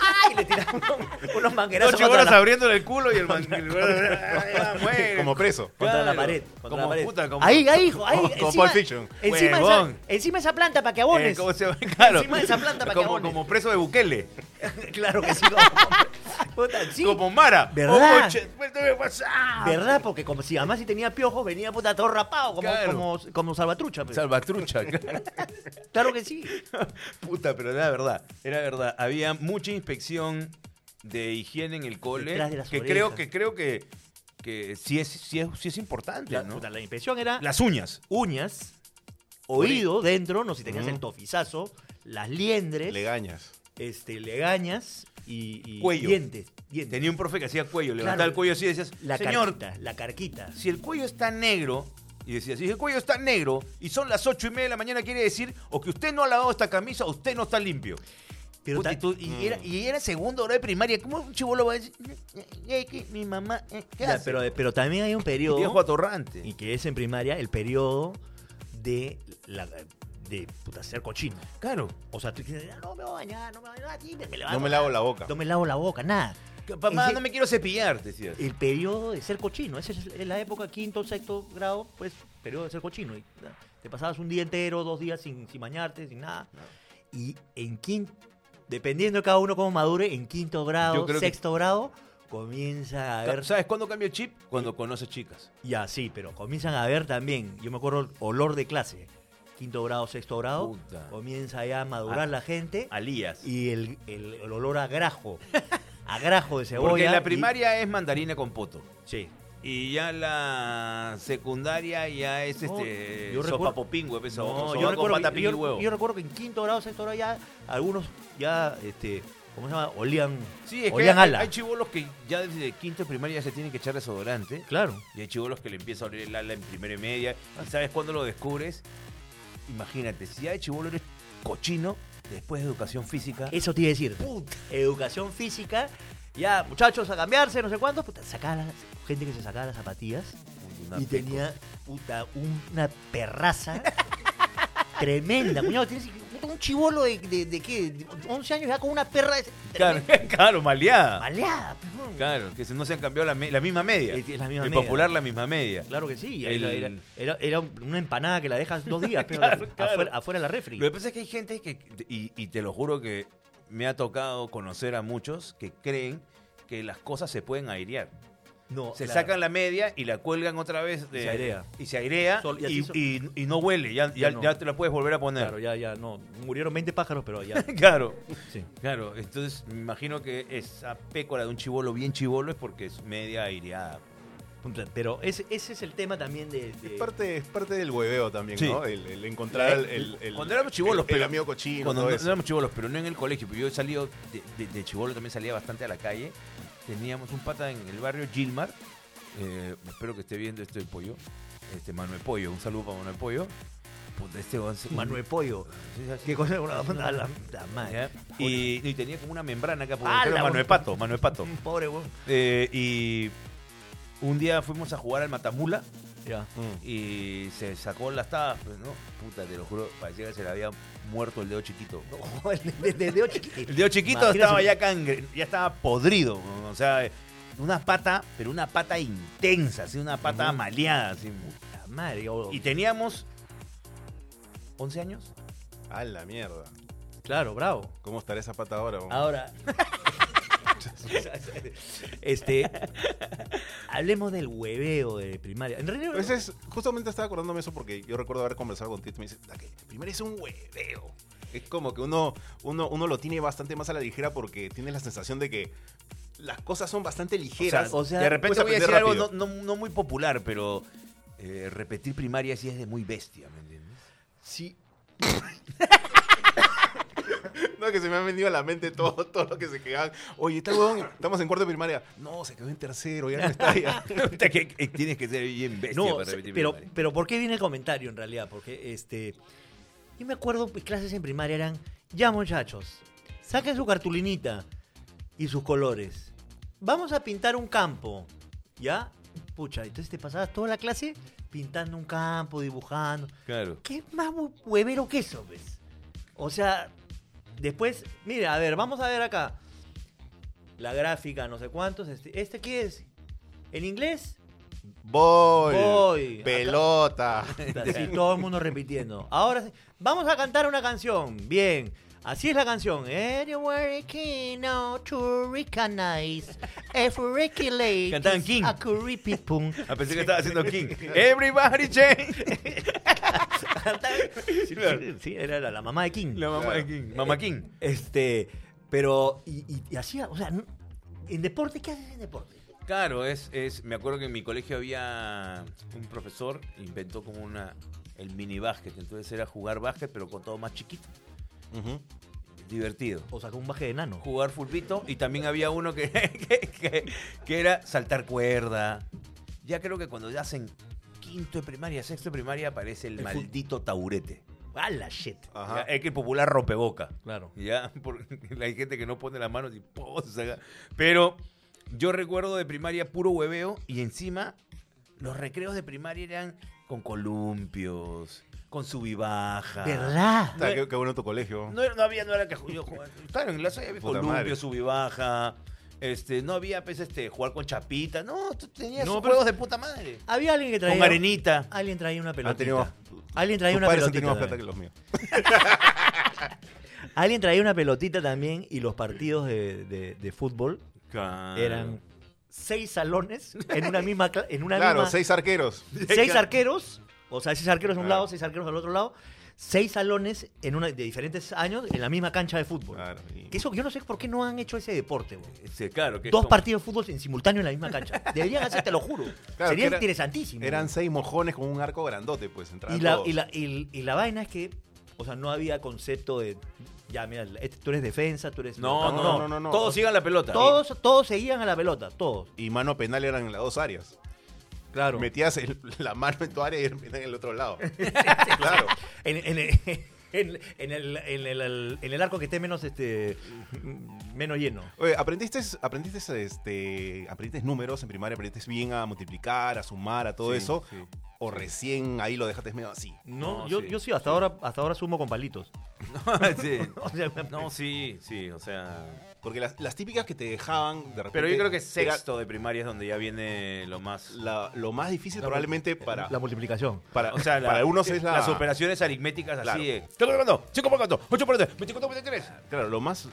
Speaker 1: Ah, y le tiraban unos, unos manguerazos
Speaker 3: dos
Speaker 1: contra
Speaker 3: chibolos
Speaker 1: la,
Speaker 3: abriéndole el culo y el man... el- Ah, muere.
Speaker 7: Como preso.
Speaker 1: contra la
Speaker 3: Claro.
Speaker 1: pared. contra
Speaker 3: Como
Speaker 1: la pared.
Speaker 3: puta, como-
Speaker 1: ahí, ahí, hijo, ahí.
Speaker 7: como- como
Speaker 1: encima-
Speaker 7: Pulp Fiction.
Speaker 1: Encima, esa,
Speaker 3: Huevón.
Speaker 1: encima esa planta para que abones.
Speaker 3: Eh, ¿cómo se llama? Claro.
Speaker 1: Encima de esa planta para que
Speaker 3: como,
Speaker 1: abones.
Speaker 3: como preso de Bukele.
Speaker 1: claro que sí. como- puta, sí.
Speaker 3: Como Mara.
Speaker 1: ¿Verdad?
Speaker 3: Oh, che, pues, no me pasa.
Speaker 1: ¿Verdad? Porque como si además si tenía piojos, venía puta todo rapado, como,
Speaker 3: Claro.
Speaker 1: como, como salvatrucha. pues.
Speaker 3: Salvatrucha.
Speaker 1: Claro que sí.
Speaker 3: Puta, pero era verdad. Era verdad. Había mucha inspección de higiene en el cole.
Speaker 1: Detrás de las
Speaker 3: que
Speaker 1: orejas.
Speaker 3: creo que creo que, que sí, es, sí, es, sí es importante,
Speaker 1: La,
Speaker 3: ¿no?
Speaker 1: puta, la impresión era
Speaker 3: Las uñas.
Speaker 1: uñas, oído dentro, no si tenías el tofizazo, las liendres,
Speaker 7: Legañas.
Speaker 1: este, legañas y, y
Speaker 3: Cuello.
Speaker 1: dientes. dientes.
Speaker 3: Tenía un profe que hacía cuello.
Speaker 1: Claro.
Speaker 3: Levantaba el cuello así y decías,
Speaker 1: la
Speaker 3: señor,
Speaker 1: carquita, la carquita.
Speaker 3: si el cuello está negro, y decía, si el cuello está negro y son las ocho y media de la mañana, quiere decir o que usted no ha lavado esta camisa o usted no está limpio.
Speaker 1: Pero
Speaker 3: Puta,
Speaker 1: ta-
Speaker 3: y, tú- y era, y era segundo grado de primaria. ¿Cómo un chivolo va a decir, "Eh, eh, que mi mamá, eh, qué
Speaker 1: ya,
Speaker 3: hace?"
Speaker 1: pero, pero también hay un
Speaker 3: Viejo
Speaker 1: periodo,
Speaker 3: atorrante.
Speaker 1: y que es en primaria, el periodo de la, de puta, ser cochino.
Speaker 3: Claro.
Speaker 1: O sea, tú dices, "Ah, no me voy a bañar, no me voy a bañar, sí, me, me levanto,
Speaker 2: No me lavo la boca.
Speaker 1: no me lavo la boca, nada.
Speaker 3: Papá,
Speaker 1: Ese-
Speaker 3: no me quiero cepillar, decías.
Speaker 1: El periodo de ser cochino, esa es la época, quinto, sexto grado, pues, periodo de ser cochino. Y, ah, te pasabas un día entero, dos días sin, sin bañarte, sin nada. Y en quinto, dependiendo de cada uno cómo madure, en quinto
Speaker 3: Yo
Speaker 1: grado,
Speaker 3: creo que-
Speaker 1: sexto grado, comienza a haber...
Speaker 3: ¿Sabes cuándo cambia el chip? Cuando conoces chicas.
Speaker 1: Ya, sí, pero comienzan a ver también, yo me acuerdo, olor de clase. Quinto grado, sexto grado,
Speaker 3: Puta.
Speaker 1: comienza ya a madurar
Speaker 3: Ah.
Speaker 1: la gente
Speaker 3: Alías.
Speaker 1: y el, el- el olor a grajo, a grajo de cebolla.
Speaker 3: Porque en
Speaker 1: y-
Speaker 3: la primaria es mandarina con poto.
Speaker 1: sí.
Speaker 3: Y ya la secundaria ya es
Speaker 1: No,
Speaker 3: este.
Speaker 1: yo recuerdo-
Speaker 3: sopapopingüe, pues,
Speaker 1: No,
Speaker 3: sopa- sopa
Speaker 1: yo,
Speaker 3: con
Speaker 1: recuerdo
Speaker 3: pata,
Speaker 1: que,
Speaker 3: pico y
Speaker 1: yo,
Speaker 3: huevo.
Speaker 1: yo recuerdo que en quinto grado, sexto grado ya algunos ya, este, ¿cómo se llama? Olían,
Speaker 3: Sí, es que
Speaker 1: olían
Speaker 3: hay,
Speaker 1: ala.
Speaker 3: hay chibolos que ya desde quinto de primaria ya se tienen que echar desodorante.
Speaker 1: claro.
Speaker 3: Y hay chibolos que le empieza a oler el ala en primera y media. ¿Y sabes cuándo lo descubres? Imagínate, si ya de chibolo eres cochino, después de educación física.
Speaker 1: Eso te iba a decir. Educación física. Ya, muchachos, a cambiarse, no sé cuánto. Puta, sacaba las- gente que se sacaba las zapatillas.
Speaker 3: una
Speaker 1: y
Speaker 3: peco.
Speaker 1: tenía puta, una perraza tremenda. Cuñado, tienes puta, un chivolo de, de, de qué, de 11 años ya con una perra de-
Speaker 3: Claro, claro, maleada.
Speaker 1: maleada. pues, weón.
Speaker 3: Claro, que se- no se han cambiado la, me- la misma media.
Speaker 1: Es- es la misma
Speaker 3: el
Speaker 1: media.
Speaker 3: popular la misma media.
Speaker 1: Claro que sí.
Speaker 3: El-
Speaker 1: Era, era- era- era una empanada que la dejas dos días pero
Speaker 3: Claro,
Speaker 1: afuera,
Speaker 3: claro.
Speaker 1: afuera- afuera de la refri.
Speaker 3: Lo que pasa es que hay gente que, y, y te lo juro que me ha tocado conocer a muchos que creen que las cosas se pueden airear.
Speaker 1: No,
Speaker 3: Se
Speaker 1: Oh, claro.
Speaker 3: sacan la media y la cuelgan otra vez. de-
Speaker 1: Se airea.
Speaker 3: Y se airea
Speaker 1: Sol- y así
Speaker 3: y,
Speaker 1: so-
Speaker 3: y- y no huele. Ya, ya,
Speaker 1: Ya no.
Speaker 3: ya te la puedes volver a poner.
Speaker 1: Claro, ya, ya, no. Murieron 20 pájaros, pero ya.
Speaker 3: Claro,
Speaker 1: sí.
Speaker 3: claro. Entonces me imagino que esa pécora de un chivolo bien chivolo es porque es media aireada.
Speaker 1: Puta, Pero ese, ese es el tema también de. de-
Speaker 2: Es parte, es parte del hueveo también,
Speaker 3: Sí.
Speaker 2: ¿no? El, el encontrar
Speaker 1: Eh,
Speaker 2: el, el, el-
Speaker 3: Cuando éramos chibolos,
Speaker 2: el, el
Speaker 3: pero-
Speaker 2: amigo cochino,
Speaker 3: Cuando
Speaker 2: todo
Speaker 3: no,
Speaker 2: eso.
Speaker 3: no éramos chivolos, pero no en el colegio, porque yo he salido de, de- de chivolo, también salía bastante a la calle. Teníamos un pata en el barrio Gilmar. eh, espero que esté viendo esto el pollo. Este Manuel Pollo, un saludo para Manuel Pollo. Puta, este weón se-
Speaker 1: Manuel Pollo.
Speaker 3: Sí, sí,
Speaker 1: ¿Qué cosa? Una, una- la, la
Speaker 3: ¿ya?
Speaker 1: madre.
Speaker 3: Y, y tenía como una membrana acá por
Speaker 1: ¡Hala,
Speaker 3: el
Speaker 1: weón!
Speaker 3: Manuel Pato, Manuel Pato.
Speaker 1: Un pobre, weón.
Speaker 3: Eh, y un día fuimos a jugar al Matamula
Speaker 1: Ya.
Speaker 2: Mm.
Speaker 3: y se sacó las tabas, pues, ¿no? Puta, te lo juro, parecía que se le había muerto el dedo chiquito.
Speaker 1: Desde dedo chiquito.
Speaker 3: El dedo chiquito
Speaker 1: Imagínate.
Speaker 3: estaba ya cangre, ya estaba podrido. ¿no? O sea, una pata, pero una pata intensa, así, una pata
Speaker 1: Ujú.
Speaker 3: maleada. así.
Speaker 1: La madre. yo-
Speaker 3: Y teníamos 11 años.
Speaker 2: A la mierda.
Speaker 1: claro, bravo.
Speaker 2: ¿Cómo estará esa pata ahora? hombre?
Speaker 1: Ahora. este. Hablemos del hueveo de primaria. En realidad.
Speaker 3: Pues
Speaker 2: Ese es- justamente estaba acordándome eso porque yo recuerdo haber conversado contigo y me dice, "Da que primero es un hueveo. Es como que uno, uno, uno lo tiene bastante más a la ligera porque tiene la sensación de que las cosas son bastante ligeras.
Speaker 1: o sea, pues,
Speaker 3: de
Speaker 2: puedes
Speaker 3: repente pues, voy a decir
Speaker 2: aprender
Speaker 3: algo no,
Speaker 2: rápido.
Speaker 3: no- no muy popular, pero eh, repetir primaria sí es de muy bestia, ¿me entiendes?
Speaker 1: sí.
Speaker 2: No, que se me ha venido a la mente todo, todo lo que se quedaban. Oye, está huevón, estamos en cuarto de primaria. No, se quedó en tercero, ya no está allá.
Speaker 3: Puta, que- que Tienes que ser bien bestia
Speaker 1: No,
Speaker 3: para
Speaker 1: se-
Speaker 3: repetir
Speaker 1: pero,
Speaker 3: primaria.
Speaker 1: pero ¿por qué viene el comentario en realidad? Porque este. Yo me acuerdo, mis clases en primaria eran. Ya, muchachos, saquen su cartulinita y sus colores. Vamos a pintar un campo. ¿Ya? Pucha, entonces te pasabas toda la clase pintando un campo, dibujando.
Speaker 3: Claro.
Speaker 1: ¿Qué más hue- huevero que eso, ves? O sea, después, mira, a ver, vamos a ver acá. La gráfica, no sé cuántos. ¿Este, este qué es? ¿En inglés?
Speaker 2: Bol,
Speaker 1: Voy. Acá-
Speaker 2: pelota.
Speaker 1: Así todo el mundo repitiendo. Ahora sí, vamos a cantar una canción. Bien. Así es la canción. Anywhere can now to recognize every lake.
Speaker 3: Cantaban King.
Speaker 1: A creepy pum.
Speaker 3: A Ah, pensé que estaba haciendo King. Everybody change.
Speaker 1: Sí, sí, sí, era la, la mamá de King.
Speaker 3: La mamá de King. Mamá King.
Speaker 1: Este, pero, y, y- y hacía, o sea, n- en deporte, ¿qué haces en deporte?
Speaker 3: Claro, es, es, me acuerdo que en mi colegio había un profesor, inventó como una, el mini básquet, entonces era jugar básquet pero con todo más chiquito,
Speaker 2: Ujú.
Speaker 3: divertido.
Speaker 1: O sea, con un baje de enano.
Speaker 3: Jugar fulbito y también había uno que, que, que- que era saltar cuerda. Ya creo que cuando ya hacen quinto de primaria, sexto de primaria aparece el,
Speaker 1: El fut-
Speaker 3: maldito taburete.
Speaker 1: A la shit.
Speaker 2: Ajá.
Speaker 3: Ya, es que el popular rompeboca.
Speaker 1: Claro.
Speaker 3: Ya, porque hay gente que no pone las manos y ¡pum! se saca. Pero yo recuerdo de primaria puro hueveo y encima los recreos de primaria eran con columpios, con subibaja.
Speaker 1: ¿Verdad?
Speaker 2: Puta, qué, qué bueno tu colegio.
Speaker 3: No, era- no había, no era que ju- yo jugaba. Claro, en la soya había
Speaker 2: Puta
Speaker 3: columpio,
Speaker 2: madre.
Speaker 3: subibaja. Este, no había, pues, este, jugar con chapita. No, tú tenías
Speaker 2: No, pero-
Speaker 3: juegos de puta madre.
Speaker 1: Había alguien que traía.
Speaker 3: Con arenita.
Speaker 1: Alguien traía una pelotita.
Speaker 2: Han tenido-
Speaker 1: Alguien traía
Speaker 2: Ah,
Speaker 1: una
Speaker 2: tus padres han
Speaker 1: pelotita.
Speaker 2: tenido más plata
Speaker 1: también.
Speaker 2: que los míos.
Speaker 1: Alguien traía una pelotita también y los partidos de, de- de fútbol
Speaker 2: Ah.
Speaker 1: eran seis salones en una misma. cla- En una
Speaker 2: Claro,
Speaker 1: misma-
Speaker 2: seis arqueros.
Speaker 1: seis arqueros, o sea, seis arqueros a un
Speaker 2: Claro.
Speaker 1: lado, seis arqueros al otro lado, seis salones en una, de diferentes años en la misma cancha de fútbol.
Speaker 2: Claro, y-
Speaker 1: Que Eso yo no sé por qué no han hecho ese deporte, güey.
Speaker 3: Sí, claro, que
Speaker 1: Dos
Speaker 3: son-
Speaker 1: partidos de fútbol en simultáneo en la misma cancha. Deberían hacer, te lo juro.
Speaker 2: Claro,
Speaker 1: Sería
Speaker 2: que era-
Speaker 1: interesantísimo.
Speaker 2: Eran seis mojones con un arco grandote, pues entraban
Speaker 1: y la,
Speaker 2: todos.
Speaker 1: y, la, y, y la vaina es que, o sea, no había concepto de, ya, mira, este- tú eres defensa, tú eres...
Speaker 3: No, no, no, no,
Speaker 2: no.
Speaker 3: Todos sigan la pelota.
Speaker 1: Todos, todos seguían a la pelota, todos.
Speaker 2: Y mano penal eran en las dos áreas.
Speaker 1: Claro.
Speaker 2: Metías el- la mano en tu área y el penal en el otro lado. claro.
Speaker 1: En, en el, en- en el, en el- en el arco que esté menos, este, menos lleno.
Speaker 2: Oye, ¿aprendiste, aprendiste, este, aprendiste números en primaria? ¿Aprendiste bien a multiplicar, a sumar, a todo
Speaker 3: Sí,
Speaker 2: eso?
Speaker 3: sí.
Speaker 2: ¿O recién ahí lo dejaste medio así?
Speaker 1: No,
Speaker 3: No,
Speaker 1: yo,
Speaker 3: sí,
Speaker 1: yo sí, hasta ahora, hasta ahora sumo con palitos.
Speaker 3: sí.
Speaker 1: O sea,
Speaker 3: No, sí, sí, o sea...
Speaker 2: Porque las, las típicas que te dejaban de repente...
Speaker 3: Pero yo creo que
Speaker 2: era
Speaker 3: sexto de primaria es donde ya viene lo más...
Speaker 2: la- lo más difícil probablemente para,
Speaker 1: La multiplicación.
Speaker 2: para,
Speaker 3: o sea, la-
Speaker 2: para unos es la...
Speaker 3: las operaciones aritméticas
Speaker 2: Claro.
Speaker 3: así de... ¿Qué lo mando? 5 por 4, 8 por 3, 24 por 23.
Speaker 2: Claro, lo más...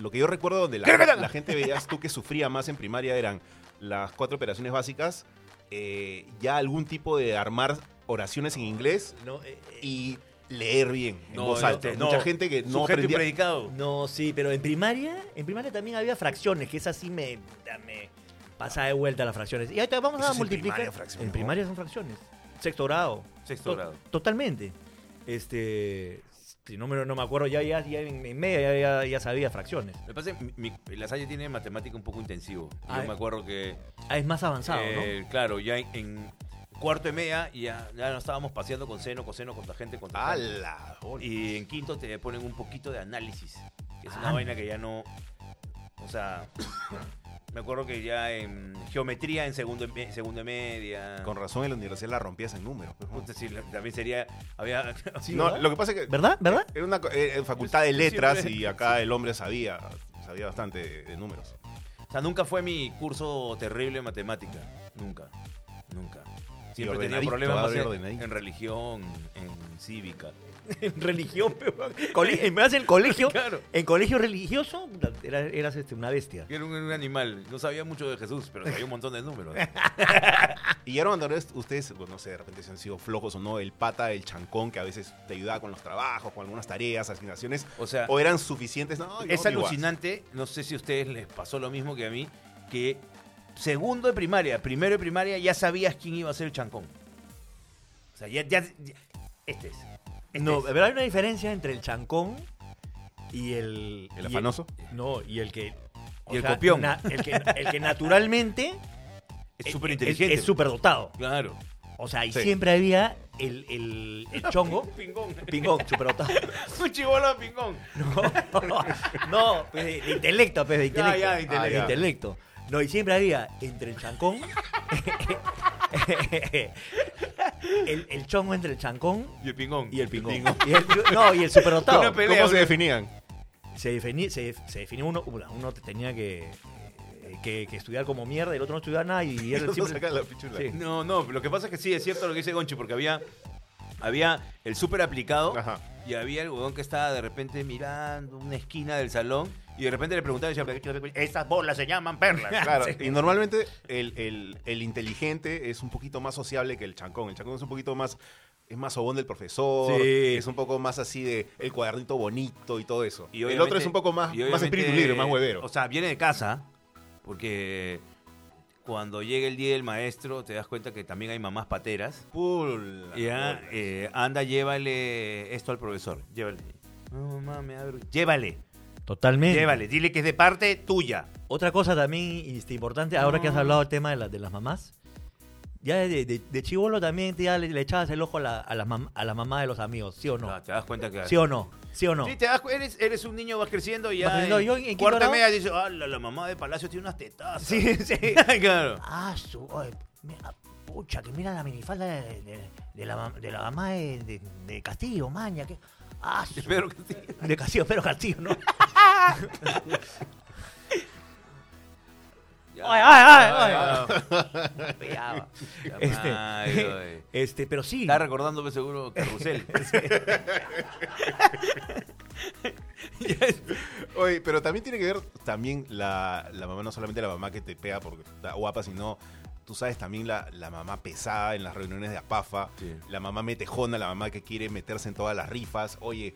Speaker 2: Lo que yo recuerdo donde
Speaker 3: Creo que
Speaker 2: la,
Speaker 3: era-
Speaker 2: la gente veías tú que sufría más en primaria eran las cuatro operaciones básicas, eh, ya algún tipo de armar oraciones en inglés
Speaker 1: No, eh, eh,
Speaker 2: y leer bien en voz alta.
Speaker 3: este, no.
Speaker 2: Mucha gente que no
Speaker 3: Sujeto y
Speaker 2: aprendía...
Speaker 3: predicado.
Speaker 1: no, sí, pero en primaria, en primaria también había fracciones, que esas sí me, me pasaba de vuelta las fracciones. Y ahí te vamos
Speaker 2: Eso
Speaker 1: a
Speaker 2: es en
Speaker 1: multiplicar.
Speaker 2: primaria, fracciones,
Speaker 1: En
Speaker 2: ¿no?
Speaker 1: primaria son fracciones. Sexto grado.
Speaker 3: Sexto
Speaker 1: To-
Speaker 3: grado.
Speaker 1: Totalmente. Este, si no me, no me acuerdo, ya, ya, ya en, en media ya, ya- ya sabía fracciones.
Speaker 3: Me pasa que mi, mi- la Salle tiene matemática un poco intensivo.
Speaker 1: Ah,
Speaker 3: Yo me acuerdo que...
Speaker 1: Ah, es más avanzado,
Speaker 3: eh, Claro, ya en, en cuarto y media ya, ya nos estábamos paseando con seno, coseno, con gente, con
Speaker 2: ¡Hala!
Speaker 3: Y en quinto te ponen un poquito de análisis. que es
Speaker 1: Ah.
Speaker 3: una vaina que ya no. O sea. me acuerdo que ya en geometría en segundo, y me- segundo y media.
Speaker 2: Con razón en la universidad la rompías en números. pues, ¿no?
Speaker 3: Puta, sí, la- también sería. Había.
Speaker 2: No, lo que pasa es
Speaker 1: ¿no?
Speaker 2: que
Speaker 1: ¿Verdad? ¿Verdad?
Speaker 2: era una co- eh, eh, facultad de
Speaker 3: Yo
Speaker 2: letras
Speaker 3: siempre-
Speaker 2: y acá el hombre sabía, sabía bastante de, de números.
Speaker 3: O sea, nunca fue mi curso terrible en matemática. Nunca. Nunca. Siempre he tenido
Speaker 2: ordenadito,
Speaker 3: problemas más
Speaker 2: había
Speaker 3: en,
Speaker 2: ordenadito.
Speaker 3: en religión, en cívica.
Speaker 1: En religión, pero- cole- en verdad, en el colegio.
Speaker 3: Claro.
Speaker 1: En colegio religioso puta, era- eras este, una bestia.
Speaker 3: Yo Era un, un animal. No sabía mucho de Jesús, pero sabía un montón de números.
Speaker 2: Y ya cuando eres- ustedes, bueno, no sé, de repente si han sido flojos o no, el pata, el chancón que a veces te ayudaba con los trabajos, con algunas tareas, asignaciones,
Speaker 3: O sea.
Speaker 2: o eran suficientes. No, yo
Speaker 3: es
Speaker 2: digo,
Speaker 3: alucinante, no sé si a ustedes les pasó lo mismo que a mí, que segundo de primaria, primero de primaria, ya sabías quién iba a ser el chancón. O sea, ya, ya- ya- este es. este
Speaker 1: No,
Speaker 3: es.
Speaker 1: pero hay una diferencia entre el chancón y el.
Speaker 2: ¿El
Speaker 1: y
Speaker 2: afanoso?
Speaker 1: no, y el que. o
Speaker 3: Y el copión.
Speaker 1: el, que, el que naturalmente. e,
Speaker 2: Eh,
Speaker 3: es súper inteligente.
Speaker 1: Es súper dotado.
Speaker 3: Claro.
Speaker 1: O sea, y
Speaker 2: Sí.
Speaker 1: siempre había el, el, el chongo.
Speaker 3: Pingón.
Speaker 1: Pingón, súper dotado.
Speaker 3: Un chivolo pingón.
Speaker 1: No, pues de, de intelecto, pues de intelecto.
Speaker 3: ya, de
Speaker 2: intelecto.
Speaker 1: Ah, de intelecto. No, y siempre había entre el chancón. el, el chongo entre el chancón
Speaker 3: Y el pingón.
Speaker 1: y el pingón. Y el- no, y el superdotado.
Speaker 3: Una pelea,
Speaker 2: ¿Cómo se
Speaker 3: una-
Speaker 2: definían?
Speaker 1: se defini- se, se definió uno, uno, uno te tenía que, eh, que, que estudiar como mierda, el otro no estudiaba nada y era
Speaker 2: Eso
Speaker 1: siempre...
Speaker 2: saca la pichula.
Speaker 1: Sí.
Speaker 3: No, no, lo que pasa es que sí, es cierto lo que dice Gonchi, porque había, había el súper aplicado
Speaker 2: Ajá.
Speaker 3: y había el huevón que estaba de repente mirando una esquina del salón y de repente le preguntaba, decía, estas bolas se llaman perlas.
Speaker 2: Claro, y normalmente el, el- el inteligente es un poquito más sociable que el chancón. El chancón es un poquito más. Es más sobón del profesor.
Speaker 3: Sí.
Speaker 2: Es un poco más así de el cuadernito bonito y todo eso.
Speaker 3: Y
Speaker 2: el
Speaker 3: obviamente-
Speaker 2: otro es un poco más,
Speaker 3: y
Speaker 2: más espíritu
Speaker 3: obviamente,
Speaker 2: libre, más huevero.
Speaker 3: O sea, viene de casa, porque cuando llega el día del maestro, te das cuenta que también hay mamás pateras.
Speaker 2: Pula,
Speaker 3: Ya,
Speaker 2: pula.
Speaker 3: eh, anda, llévale esto al profesor. Llévale. No, mamá, me abro. Llévale,
Speaker 1: Totalmente.
Speaker 3: llévale. Dile que es de parte tuya. Mm.
Speaker 1: Otra cosa también este, importante, ahora que has hablado del tema de, la- de las mamás, ya de, de, de chivolo también te- ya le, le echabas el ojo a, la, a, las mam- a las mamás de los amigos, ¿sí o no?
Speaker 3: Ah, te das cuenta que...
Speaker 1: ¿Sí o no? ¿Sí o no?
Speaker 3: Sí, te das cu- eres, eres un niño, vas creciendo y ya.
Speaker 1: Vas creciendo.
Speaker 3: en
Speaker 1: Yo en- en quinto
Speaker 3: cuarto y
Speaker 1: grado-
Speaker 3: media dices, ah, la, la mamá de Palacio tiene unas tetas.
Speaker 1: Sí, sí.
Speaker 3: claro.
Speaker 1: Ah, su... ay, mira, pucha, que mira la minifalda de, de- de la, mam- de la mamá de, de- de Castillo, maña, que... Ah, su-
Speaker 3: Pedro Castillo.
Speaker 1: de Castillo, pero Castillo, ¿no? Ay, ay, ay, ay. Pillaba. Este,
Speaker 3: Ay, ay.
Speaker 1: este, pero sí.
Speaker 3: Está recordándome seguro Carrusel.
Speaker 2: Oye, pero también tiene que ver también la, la mamá, no solamente la mamá que te pega porque está guapa, sino tú sabes también la, la mamá pesada en las reuniones de APAFA,
Speaker 3: Sí.
Speaker 2: la mamá metejona, la mamá que quiere meterse en todas las rifas, oye,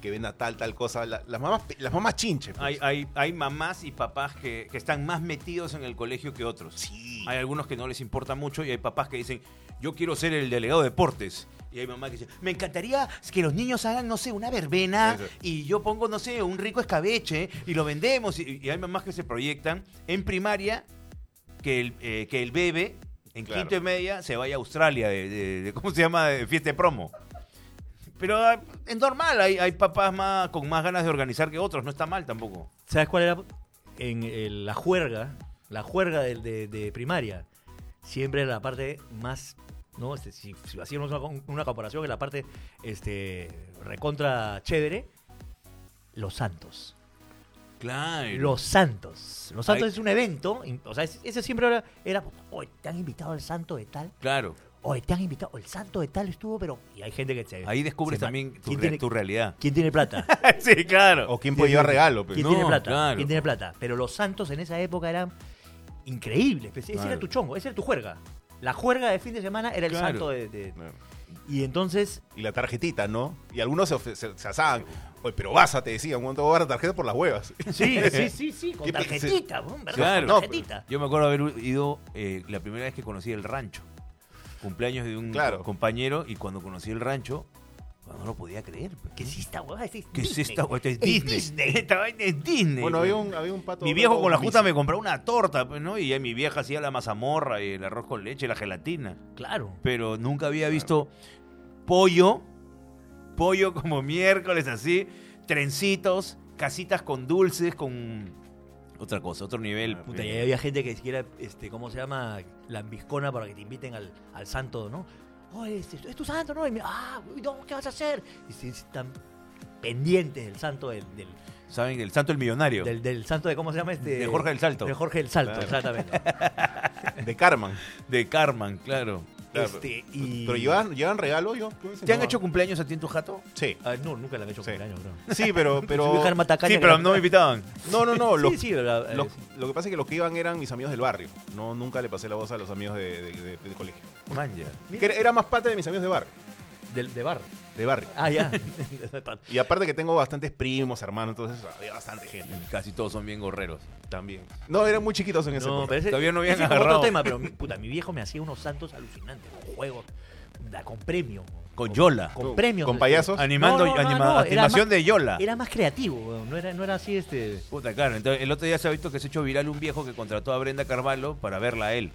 Speaker 2: que venda tal, tal cosa, la- las mamás pe- las mamás chinche. pues.
Speaker 3: hay, hay, hay mamás y papás que, que están más metidos en el colegio que otros.
Speaker 2: Sí.
Speaker 3: Hay algunos que no les importa mucho y hay papás que dicen, yo quiero ser el delegado de deportes. Y hay mamás que dicen, me encantaría que los niños hagan, no sé, una verbena
Speaker 2: Eso.
Speaker 3: y yo pongo, no sé, un rico escabeche y lo vendemos. Y, y hay mamás que se proyectan en primaria que el, eh, que el bebé en
Speaker 2: Claro.
Speaker 3: quinto y media se vaya a Australia de, de- de- ¿cómo se llama? De fiesta de promo. Pero ah, es normal, hay, hay papás más, con más ganas de organizar que otros, no está mal tampoco.
Speaker 1: ¿Sabes cuál era? En el- la juerga, la juerga del- de, de primaria, siempre era la parte más, ¿no? Este, si, si hacíamos una, con- una comparación, en la parte este, recontra chévere, los santos.
Speaker 3: Claro.
Speaker 1: Los santos. Los santos
Speaker 3: Ahí-
Speaker 1: es un evento, in- o sea, es- ese siempre era, era, hoy te han invitado al santo de tal,
Speaker 3: Claro.
Speaker 1: hoy te han invitado, el santo de tal estuvo, pero... Y hay gente que se...
Speaker 3: Ahí descubres
Speaker 1: se ma-
Speaker 3: también tu,
Speaker 1: ¿Quién,
Speaker 3: re-
Speaker 1: tiene,
Speaker 3: tu realidad.
Speaker 1: ¿Quién tiene plata?
Speaker 3: sí, claro.
Speaker 2: O quién puede llevar regalo, pues,
Speaker 1: ¿Quién
Speaker 2: ¿no?
Speaker 1: tiene
Speaker 3: No,
Speaker 1: plata?
Speaker 3: claro.
Speaker 1: ¿Quién tiene plata? Pero los Santos en esa época eran increíbles. pues, Ese
Speaker 3: Claro.
Speaker 1: era tu chongo, ese era tu juerga. La juerga de fin de semana era el
Speaker 3: Claro.
Speaker 1: santo de, de- Y entonces,
Speaker 2: Y la tarjetita, ¿no? Y algunos se, ofe- se, se asaban. Oye, pero basa, te decían, ¿cuánto va a dar la tarjeta por las huevas?
Speaker 1: sí, sí, sí, sí, con
Speaker 2: ¿Qué pe-
Speaker 1: tarjetita, ¿no? ¿verdad?
Speaker 3: Claro.
Speaker 1: Con tarjetita.
Speaker 3: Yo me acuerdo haber ido eh, la primera vez que conocí el rancho. Cumpleaños de un
Speaker 2: Claro.
Speaker 3: compañero y cuando conocí el rancho, no lo podía creer. pues.
Speaker 1: ¿Qué es esta huevada? ¿Qué
Speaker 3: ¿Qué es esta? Esta es
Speaker 1: Es
Speaker 3: Disney.
Speaker 1: Disney.
Speaker 3: Esta vaina es Disney.
Speaker 2: Bueno, había
Speaker 3: güey.
Speaker 2: un, había un pato.
Speaker 3: Mi viejo con la justa
Speaker 2: justa
Speaker 3: me compró una torta, pues, ¿no? Y ya mi vieja hacía la mazamorra y el arroz con leche y la gelatina.
Speaker 1: Claro.
Speaker 3: Pero nunca había visto pollo, pollo como miércoles así, trencitos, casitas con dulces, con otra cosa, otro nivel.
Speaker 1: Puta, y ahí había gente que siquiera, este, ¿cómo se llama? Lambiscona para que te inviten al, al santo, ¿no? Oye, este, es tu santo, ¿no? Y me, ah, uy, no, ¿qué vas a hacer? Y se- están pendientes del santo del- del,
Speaker 3: ¿Saben? El santo el millonario.
Speaker 1: Del, del santo de cómo se llama este.
Speaker 3: De Jorge del Salto.
Speaker 1: De Jorge del Salto,
Speaker 2: Claro.
Speaker 1: exactamente.
Speaker 2: De Carman.
Speaker 3: De Carman, claro.
Speaker 2: Claro,
Speaker 1: Este, y...
Speaker 2: Pues, Pero llevan, llevan regalo, yo. ¿Tú dices,
Speaker 3: ¿Te han
Speaker 2: no?
Speaker 3: hecho cumpleaños a ti en tu jato?
Speaker 2: Sí.
Speaker 1: Ah, no, nunca le han hecho
Speaker 2: Sí.
Speaker 1: cumpleaños, creo.
Speaker 2: Sí, pero. pero
Speaker 1: Su hija arma tacaña
Speaker 3: Sí,
Speaker 1: que
Speaker 3: pero
Speaker 1: la-
Speaker 3: no me invitaban.
Speaker 2: no, no, no. Los,
Speaker 1: sí, sí, la- eh,
Speaker 2: los-
Speaker 1: sí.
Speaker 2: lo que pasa es que los que iban eran mis amigos del barrio. No, nunca le pasé la voz a los amigos de, de- de- del colegio.
Speaker 3: Manja.
Speaker 2: Que era, era más parte de mis amigos de barrio.
Speaker 1: Del- de bar.
Speaker 2: De barrio.
Speaker 1: Ah, ya.
Speaker 2: Y aparte que tengo bastantes primos, hermanos, entonces había bastante gente
Speaker 3: Casi todos son bien gorreros.
Speaker 2: también. No, eran muy chiquitos en ese
Speaker 1: no,
Speaker 2: momento.
Speaker 1: pero ese,
Speaker 3: Todavía no habían
Speaker 1: ese es como
Speaker 3: agarrado.
Speaker 1: otro tema, pero mi- puta, mi viejo me hacía unos santos alucinantes, con juegos, da, con premio.
Speaker 3: Con Yola.
Speaker 1: Con premios.
Speaker 2: Con payasos.
Speaker 3: Animando,
Speaker 1: No, no, no,
Speaker 3: anima-
Speaker 1: no, era más-
Speaker 3: animación de Yola.
Speaker 1: Era más creativo, weón, no era, no era así este.
Speaker 3: Puta, claro. Entonces, el otro día se ha visto que se ha hecho viral un viejo que contrató a Brenda Carvalho para verla a él.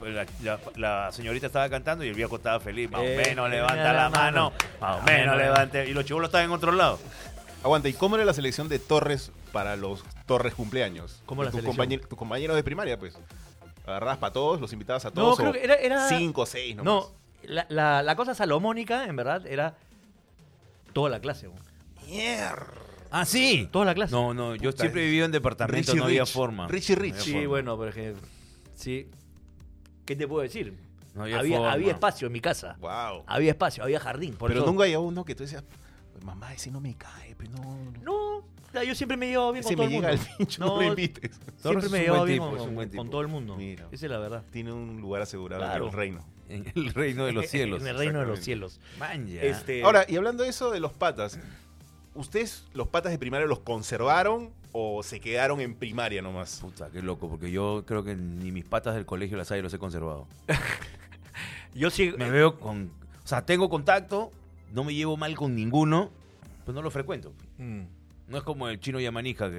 Speaker 3: La, la- la señorita estaba cantando y el viejo estaba feliz. Más o
Speaker 1: Eh,
Speaker 3: menos levanta
Speaker 1: mira
Speaker 3: la
Speaker 1: la
Speaker 3: mano.
Speaker 1: mano.
Speaker 3: Más o menos levante. Y los chibolos estaban en otro lado.
Speaker 2: Aguanta, ¿y cómo era la selección de Torres para los Torres cumpleaños?
Speaker 1: ¿Cómo la
Speaker 2: tus
Speaker 1: selección?
Speaker 2: compañe- tus compañeros de primaria, pues. Agarrabas para todos, los invitabas a todos.
Speaker 1: creo
Speaker 2: o
Speaker 1: que era- era-
Speaker 2: Cinco, seis, nomás.
Speaker 1: No, la, la- la cosa salomónica, en verdad, era toda la clase. weón.
Speaker 3: Ah, sí.
Speaker 1: Toda la clase.
Speaker 3: No, no, yo siempre he vivido en departamento,
Speaker 2: Richie
Speaker 3: no había
Speaker 2: Rich.
Speaker 3: forma.
Speaker 2: Richie Rich.
Speaker 3: No había
Speaker 1: Sí,
Speaker 3: forma.
Speaker 1: bueno, pero es que- Sí. ¿Qué te puedo decir?
Speaker 3: No había
Speaker 1: había,
Speaker 3: forma.
Speaker 1: había espacio en mi casa.
Speaker 2: Wow.
Speaker 1: Había espacio, había jardín. por
Speaker 2: Ah, Pero
Speaker 1: eso-
Speaker 2: nunca había uno que tú decías, "Pues, mamá, ese no me cae, pero no. no.
Speaker 1: No, o sea, yo siempre me llevaba bien
Speaker 2: Ese
Speaker 1: con
Speaker 2: me
Speaker 1: todo el
Speaker 2: llega
Speaker 1: mundo.
Speaker 2: al pincho, no, lo invites.
Speaker 3: Torres
Speaker 1: Siempre
Speaker 3: es
Speaker 1: me
Speaker 3: un
Speaker 1: llevaba
Speaker 3: buen
Speaker 1: bien
Speaker 3: tipo, es un
Speaker 1: con,
Speaker 3: buen
Speaker 1: con
Speaker 3: tipo.
Speaker 1: todo el mundo.
Speaker 2: Mira.
Speaker 1: Esa es la verdad.
Speaker 2: Tiene un lugar asegurado
Speaker 1: Claro.
Speaker 2: en el reino.
Speaker 3: En el reino de los cielos.
Speaker 1: en el reino de los cielos.
Speaker 3: Man, ya.
Speaker 1: Este,
Speaker 2: Ahora, y hablando de eso de los patas, ¿ustedes los patas de primaria los conservaron o se quedaron en primaria nomás?
Speaker 3: Puta, qué loco, porque yo creo que ni mis patas del colegio las hay, los he conservado.
Speaker 1: yo sí. eh,
Speaker 3: Me veo con. O sea, tengo contacto, no me llevo mal con ninguno, pues no lo frecuento.
Speaker 1: Mm.
Speaker 3: No es como el chino Yamanija que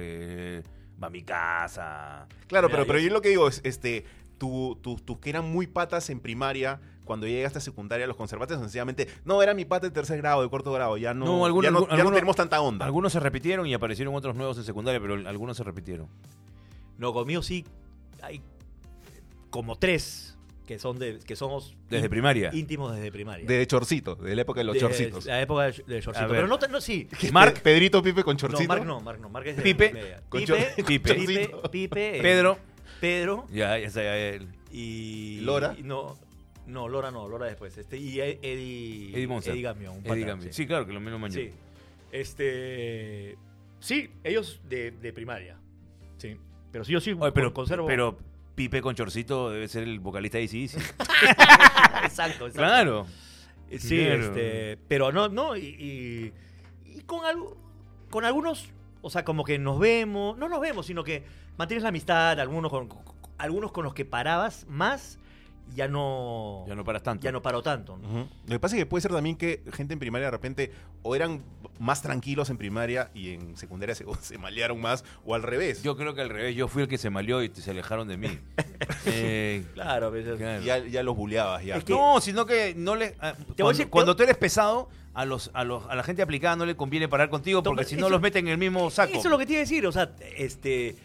Speaker 3: eh, va a mi casa.
Speaker 2: Claro,
Speaker 3: Mira,
Speaker 2: pero, pero
Speaker 3: yo-
Speaker 2: yo lo que digo es, este, tú, tú, tú que eran muy patas en primaria, cuando llegaste a secundaria los conservaste sencillamente, no, era mi pata de tercer grado, de cuarto grado, ya no,
Speaker 3: No, algunos-
Speaker 2: ya no, ya no
Speaker 3: algunos-
Speaker 2: tenemos tanta onda.
Speaker 3: Algunos se repitieron y aparecieron otros nuevos en secundaria, pero algunos se repitieron.
Speaker 1: No, conmigo sí hay como tres que son de que somos
Speaker 3: Desde
Speaker 1: ín-
Speaker 3: primaria.
Speaker 1: íntimos desde primaria.
Speaker 2: De chorcito, de la época de los
Speaker 1: De-
Speaker 2: chorcitos.
Speaker 1: La época de, de
Speaker 3: A
Speaker 1: shortcito.
Speaker 3: ver.
Speaker 1: Pero no, tan- no sí.
Speaker 3: Marc,
Speaker 2: Pe- Pedrito Pipe con
Speaker 1: No,
Speaker 2: chorcito.
Speaker 1: Marc no, Marc no. Marc es de
Speaker 3: Pipe.
Speaker 1: media.
Speaker 2: Con
Speaker 1: Pipe,
Speaker 2: chor-
Speaker 1: Pipe,
Speaker 2: con
Speaker 1: Pipe,
Speaker 2: chorcito.
Speaker 1: Pipe, eh,
Speaker 3: Pedro.
Speaker 1: Pedro
Speaker 3: Ya, ya está él.
Speaker 1: y
Speaker 2: ¿Lora?
Speaker 1: y no, no, Lora no, Lora después. Este y Ed- Eddie
Speaker 3: Eddie Monza.
Speaker 1: Eddie Gamio, un
Speaker 3: Eddie
Speaker 1: pata,
Speaker 3: Gambi. Sí, claro, que lo menos mañana.
Speaker 1: Sí. Este. Sí, ellos de, de primaria. Sí. Pero sí, yo sí
Speaker 3: Oye, pero,
Speaker 1: conservo.
Speaker 3: pero Pipe con Chorcito debe ser el vocalista de sí
Speaker 1: exacto, exacto.
Speaker 3: Claro.
Speaker 1: Sí,
Speaker 3: Claro.
Speaker 1: este. Pero no, no, y. y- y con algo. Con algunos. O sea, como que nos vemos. No nos vemos, sino que mantienes la amistad, algunos con, con- algunos con los que parabas más, ya no.
Speaker 3: Ya no paras tanto.
Speaker 1: ya no paro tanto. ¿no?
Speaker 2: Ujú. Lo que pasa es que puede ser también que gente en primaria de repente o eran más tranquilos en primaria y en secundaria se, se malearon más o al revés.
Speaker 3: Yo creo que al revés, yo fui el que se maleó y se alejaron de mí. Eh,
Speaker 1: Claro, pero-
Speaker 3: claro.
Speaker 2: ya, ya los buleabas ya.
Speaker 1: Es que-
Speaker 3: No, sino que no le. ah,
Speaker 1: Te
Speaker 3: cuando,
Speaker 1: voy a decir- te
Speaker 3: cuando
Speaker 1: voy-
Speaker 3: tú eres pesado, a los, a los, a la gente aplicada no le conviene parar contigo
Speaker 1: No,
Speaker 3: porque
Speaker 1: pero
Speaker 3: si no
Speaker 1: eso-
Speaker 3: los meten en el mismo saco.
Speaker 1: Eso es lo que te iba a decir, o sea, este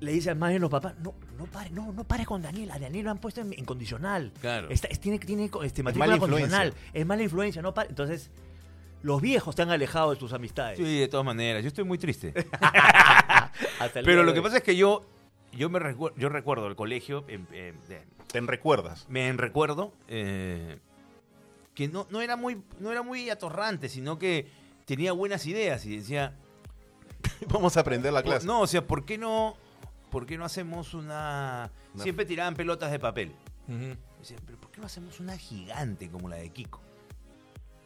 Speaker 1: le dice al madre los papás, no, no pare, no, no pare con Daniel, a Daniel lo han puesto en, en condicional.
Speaker 3: Claro.
Speaker 1: Está- es- tiene tiene co- este,
Speaker 2: mala
Speaker 1: matrícula
Speaker 2: influencia.
Speaker 1: condicional, es mala influencia, no pare. Entonces, los viejos te han alejado de tus amistades.
Speaker 3: Sí, de todas maneras, yo estoy muy triste.
Speaker 1: Hasta el
Speaker 3: Pero
Speaker 1: día
Speaker 3: lo
Speaker 1: de
Speaker 3: que
Speaker 1: hoy.
Speaker 3: pasa es que yo, yo me recuerdo, yo recuerdo el colegio, em, em, de-
Speaker 2: Te recuerdas.
Speaker 3: me recuerdo eh, que no, no era muy, no era muy atorrante, sino que tenía buenas ideas y decía,
Speaker 2: Vamos a aprender la clase.
Speaker 3: no, o sea, ¿por qué no, por qué no hacemos una?
Speaker 2: Una-
Speaker 3: Siempre tiraban pelotas de papel.
Speaker 1: Ujú.
Speaker 3: Decía, pero ¿por qué no hacemos una gigante como la de Kiko?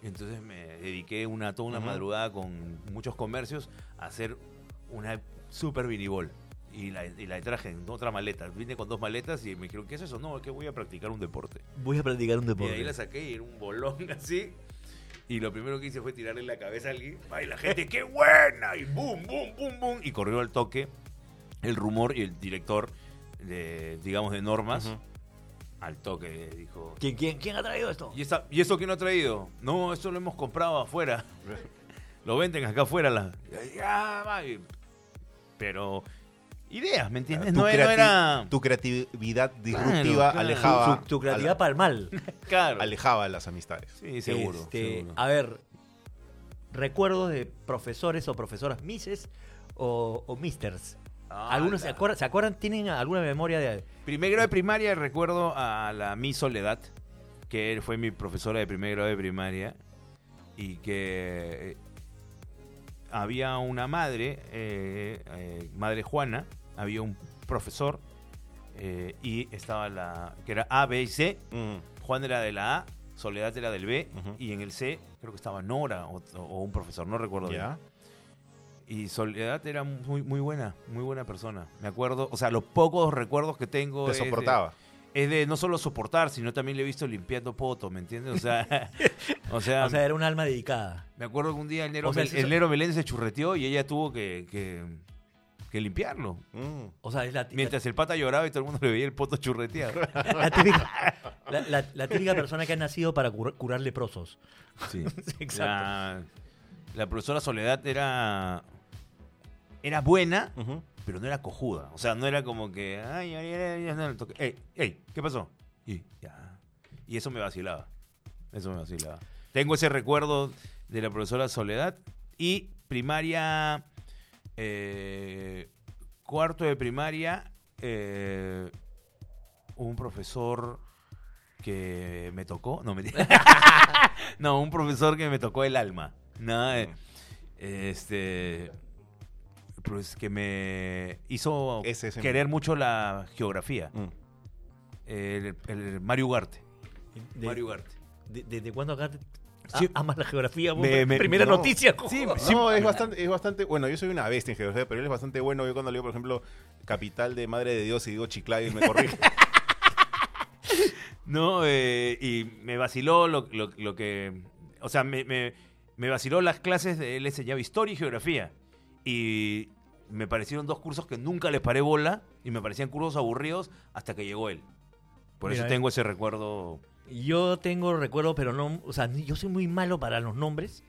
Speaker 3: Y entonces me dediqué una, toda una
Speaker 2: Ujú.
Speaker 3: madrugada con muchos comercios a hacer una super vinibol. Y la, y la traje en otra maleta. Vine con dos maletas y me dijeron, ¿qué es eso? No, es que voy a practicar un deporte.
Speaker 1: Voy a practicar un
Speaker 3: Y de
Speaker 1: deporte.
Speaker 3: ahí la saqué y era un bolón así. Y lo primero que hice fue tirarle la cabeza a alguien. ¡Ay, la gente, qué buena! Y boom, boom, boom, boom. Y corrió al toque el rumor y el director, de, digamos, de normas,
Speaker 2: Ujú.
Speaker 3: al toque dijo...
Speaker 1: ¿Quién, quién, quién ha traído esto?
Speaker 3: ¿Y, esta- ¿Y eso quién lo ha traído? No, eso lo hemos comprado afuera. Lo venden acá afuera. La, ya, va, y- "Ah, Pero ideas, ¿me entiendes?
Speaker 2: Tu
Speaker 3: No, era- no
Speaker 2: creati-
Speaker 3: era...
Speaker 2: Tu creatividad disruptiva
Speaker 3: claro.
Speaker 2: alejaba.
Speaker 1: Tu, tu creatividad
Speaker 2: ale-
Speaker 1: para el mal.
Speaker 3: Claro.
Speaker 2: alejaba las amistades.
Speaker 3: Sí, seguro.
Speaker 1: Este,
Speaker 3: seguro.
Speaker 1: A ver, recuerdos de profesores o profesoras mises o, o misters.
Speaker 3: Ah,
Speaker 1: Algunos se
Speaker 3: la-
Speaker 1: acuerdan, ¿se acuerdan? ¿Tienen alguna memoria de
Speaker 3: Primer grado de primaria recuerdo a la Miss Soledad, que fue mi profesora de primer grado de primaria y que eh, había una madre, eh, eh, madre Juana, había un profesor eh, y estaba la que era A, B y C.
Speaker 2: Mm,
Speaker 3: Juan era de la A, Soledad era del B
Speaker 2: Ujú.
Speaker 3: y en el C creo que estaba Nora o, o un profesor, no recuerdo bien.
Speaker 2: ¿Ya?
Speaker 3: Y Soledad era muy, muy buena, muy buena persona. Me acuerdo, o sea, los pocos recuerdos que tengo.
Speaker 2: Te
Speaker 3: es de-
Speaker 2: soportaba.
Speaker 3: es de no solo soportar, sino también le he visto limpiando poto, ¿me entiendes? O sea, o sea,
Speaker 1: O sea, era un alma dedicada.
Speaker 3: me acuerdo que un día el Nero,
Speaker 1: o sea,
Speaker 3: Mel-
Speaker 1: eso-
Speaker 3: el Nero Belén se churreteó y ella tuvo que, que, que limpiarlo.
Speaker 2: Mm.
Speaker 1: O sea, es la,
Speaker 3: Mientras el pata lloraba y todo el mundo le veía el poto churreteado.
Speaker 1: la- la típica, la, la- la típica persona que ha nacido para cur- curar leprosos.
Speaker 3: Sí,
Speaker 1: Exacto.
Speaker 3: La, la profesora Soledad era, era buena,
Speaker 2: Ujú.
Speaker 3: pero no era cojuda. O sea, no era como que, ay, ay, ay, ay, no le toque. Ey, ey, ¿qué pasó? Y ya. Y eso me vacilaba. Eso me vacilaba. Tengo ese recuerdo de la profesora Soledad y primaria, eh, cuarto de primaria, eh, un profesor que me tocó, no me no, un profesor que me tocó el alma. No, eh, este pues que me hizo
Speaker 2: Ese es el-
Speaker 3: querer mucho la geografía.
Speaker 2: Mm.
Speaker 3: El, el Mario Ugarte.
Speaker 1: De-
Speaker 3: Mario Ugarte.
Speaker 1: de- ¿Desde cuándo acá te- a-
Speaker 3: Sí.
Speaker 1: amas la geografía? vos?
Speaker 3: Me- me-
Speaker 1: Primera
Speaker 2: no.
Speaker 1: noticia.
Speaker 3: Sí,
Speaker 1: cojo.
Speaker 2: no, es bastante, es bastante. Bueno, yo soy una bestia en geografía, pero él es bastante bueno. Yo cuando leo, por ejemplo, Capital de Madre de Dios y digo Chiclayo y me corrige.
Speaker 3: No, eh, y me vaciló lo, lo- lo que. O sea, me, me- me vaciló las clases. De, él enseñaba historia y geografía. Y me parecieron dos cursos que nunca les paré bola. Y me parecían cursos aburridos hasta que llegó él. Por
Speaker 1: Mira,
Speaker 3: eso
Speaker 1: eh.
Speaker 3: tengo ese recuerdo.
Speaker 1: Yo tengo recuerdos, pero no. O sea, yo soy muy malo para los nombres.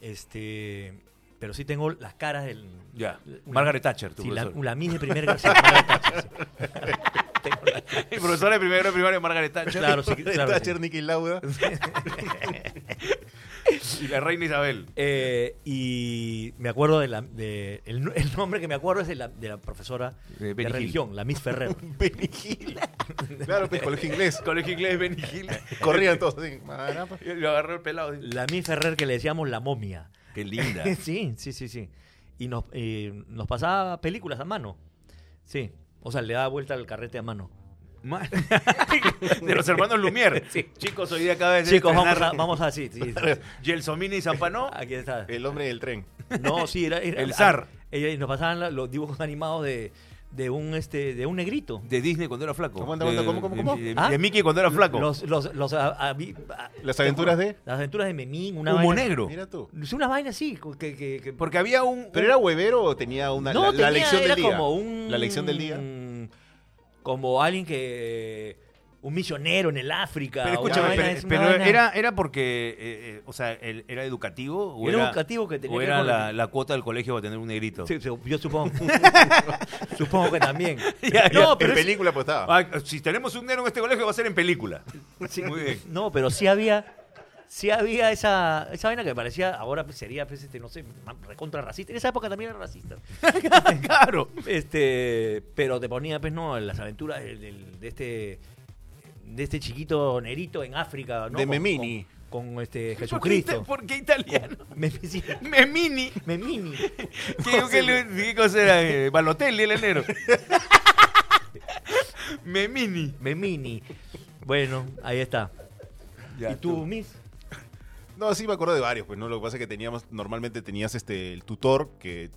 Speaker 1: Este. Pero sí tengo las caras del.
Speaker 3: Ya.
Speaker 1: Una-
Speaker 3: Margaret Thatcher, tu
Speaker 1: Sí, la,
Speaker 3: profesor.
Speaker 1: la mini de primer grado. sí, Margaret Thatcher, sí. Tengo la-
Speaker 3: El profesor de primero de primaria, Margaret Thatcher.
Speaker 1: Claro, sí, claro. sí.
Speaker 2: Thatcher, Niki Lauda.
Speaker 3: Y la reina Isabel.
Speaker 1: Eh, y me acuerdo de la. de- el, el nombre que me acuerdo es de la, de la profesora
Speaker 3: De
Speaker 1: de,
Speaker 3: Benny Hill.
Speaker 1: religión, la Miss Ferrer.
Speaker 2: Claro, pues, colegio inglés.
Speaker 3: Colegio inglés Benny Hill.
Speaker 2: Corrían todos así. Marapa.
Speaker 3: Y Lo agarró el pelado. así.
Speaker 1: la Miss Ferrer que le decíamos la momia.
Speaker 3: Qué linda.
Speaker 1: Sí, sí, sí, sí. Y nos, eh, nos pasaba películas a mano. Sí. O sea, le daba vuelta al carrete a mano.
Speaker 3: Ma- de los hermanos Lumière. Chicos, hoy día cada vez
Speaker 1: Chicos, vamos a, vamos a sí, sí, sí.
Speaker 3: Gelsomina y Zampanó.
Speaker 1: Aquí está.
Speaker 2: El hombre del tren.
Speaker 1: No, sí, era, era-
Speaker 3: El zar.
Speaker 1: Ella- y nos pasaban la- los dibujos animados de, de un este de un negrito.
Speaker 3: De Disney cuando era flaco.
Speaker 2: Aguanta, aguanta,
Speaker 3: De-
Speaker 2: ¿cómo, cómo,
Speaker 3: de-
Speaker 2: cómo?
Speaker 3: De,
Speaker 1: ¿Ah?
Speaker 3: de Mickey cuando era flaco.
Speaker 1: Los, los, los, a- a- a-
Speaker 2: Las aventuras de.
Speaker 1: las aventuras de Memín, una
Speaker 3: Humo
Speaker 1: vaina-
Speaker 3: negro.
Speaker 2: Mira tú.
Speaker 1: Es una vaina así, que, que- que-
Speaker 3: Porque había un.
Speaker 2: ¿Pero era huevero o tenía una
Speaker 1: No,
Speaker 2: la, la
Speaker 1: tenía-
Speaker 2: lección
Speaker 1: era
Speaker 2: del día?
Speaker 1: como un...
Speaker 2: La lección del día.
Speaker 1: Como alguien que... Un misionero en el África.
Speaker 3: Pero
Speaker 1: Ah, una
Speaker 3: escúchame,
Speaker 1: vaina,
Speaker 3: pero,
Speaker 1: es una
Speaker 3: pero
Speaker 1: vaina-
Speaker 3: era, era porque, eh, eh, o sea, el- ¿era educativo? O
Speaker 1: Era educativo que tenía
Speaker 3: O
Speaker 1: que
Speaker 3: era
Speaker 1: ver con
Speaker 3: la,
Speaker 1: el-
Speaker 3: la cuota del colegio para tener un negrito.
Speaker 1: Sí, sí, yo supongo. supongo que también.
Speaker 3: Ya, ya,
Speaker 1: no, pero
Speaker 2: en
Speaker 1: es-
Speaker 2: película pues estaba.
Speaker 3: Ah, si tenemos un negro en este colegio va a ser en película.
Speaker 1: sí,
Speaker 3: Muy bien.
Speaker 1: no, pero sí había... Sí había esa, esa vaina que parecía, ahora pues, sería, pues, este, no sé, man- recontra racista. En esa época también era racista.
Speaker 3: claro.
Speaker 1: Este, pero te ponía, pues, no, las aventuras del- del- de este de este chiquito nerito en África, ¿no?
Speaker 2: De
Speaker 1: Con-
Speaker 2: Memini.
Speaker 1: Con, con, este
Speaker 3: ¿Por qué,
Speaker 1: Jesucristo.
Speaker 3: por qué italiano?
Speaker 1: Mem- sí,
Speaker 3: Memini.
Speaker 1: Memini.
Speaker 3: ¿Qué, qué, le- qué cosa era? Eh, Balotelli, el enero. Memini.
Speaker 1: Memini. Bueno, ahí está. ¿Y tú, Miss?
Speaker 2: No, sí me acuerdo de varios, pues no, lo que pasa es que teníamos normalmente tenías este el tutor que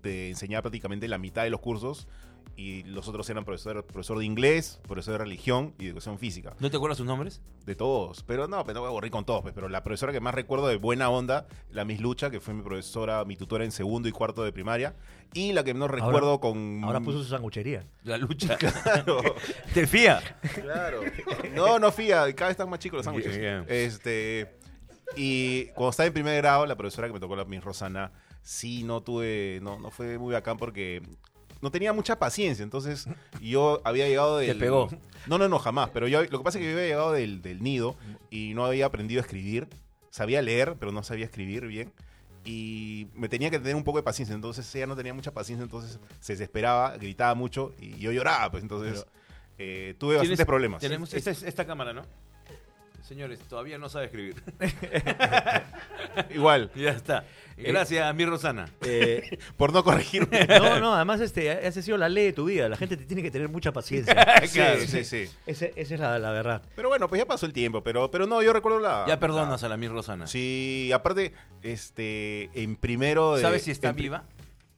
Speaker 2: te enseñaba prácticamente la mitad de los cursos y los otros eran profesor profesor de inglés, profesor de religión y de educación física,
Speaker 3: ¿No te acuerdas sus nombres?
Speaker 2: de todos, pero no, pero no voy a aburrir con todos, pues, pero la profesora que más recuerdo de buena onda, la Miss Lucha, que fue mi profesora, mi tutora en segundo y cuarto de primaria, y la que menos recuerdo con
Speaker 1: Ahora puso su sanguchería.
Speaker 3: La lucha.
Speaker 2: Claro.
Speaker 3: Te fía.
Speaker 2: Claro. No, no fía, cada vez están más chicos los sándwiches.
Speaker 3: Yeah, yeah.
Speaker 2: Este. Y cuando estaba en primer grado, la profesora que me tocó la Miss Rosana, sí, no tuve. No, no fue muy bacán porque no tenía mucha paciencia. Entonces, yo había llegado del.
Speaker 1: pegó.
Speaker 2: No, no, no, jamás. Pero yo, lo que pasa es que yo había llegado del, del nido y no había aprendido a escribir. Sabía leer, pero no sabía escribir bien. Y me tenía que tener un poco de paciencia. Entonces ella no tenía mucha paciencia, entonces se desesperaba, gritaba mucho y yo lloraba. Pues entonces eh, tuve bastantes problemas. Este
Speaker 3: Tenemos esta, es- esta cámara, ¿no? Señores, todavía no sabe escribir.
Speaker 2: Igual, Eh,
Speaker 3: ya está. Gracias a mi Rosana.
Speaker 1: Eh,
Speaker 2: por no corregirme.
Speaker 1: no, no, además este, esa ha sido la ley de tu vida. La gente te tiene que tener mucha paciencia.
Speaker 3: Claro.
Speaker 2: sí, sí, sí.
Speaker 1: Ese- esa es la, la verdad.
Speaker 2: Pero bueno, pues ya pasó el tiempo, pero, pero no, yo recuerdo la...
Speaker 3: Ya perdonas
Speaker 2: la-
Speaker 3: a la mi Rosana.
Speaker 2: ah, Sí, aparte, este, en primero de...
Speaker 3: ¿Sabes si está
Speaker 2: en pri-
Speaker 3: viva?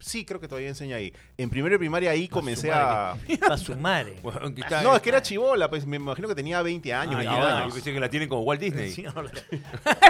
Speaker 2: Sí, creo que todavía enseña ahí. En primero de primaria ahí comencé a...
Speaker 1: Para su madre.
Speaker 3: Bueno, que está-
Speaker 2: ah, No, es que era chivola, pues me imagino que tenía 20 años.
Speaker 3: Ah,
Speaker 2: 20
Speaker 3: ya,
Speaker 2: años.
Speaker 3: yo pensé que la tienen como Walt Disney.
Speaker 1: Sí, ahora-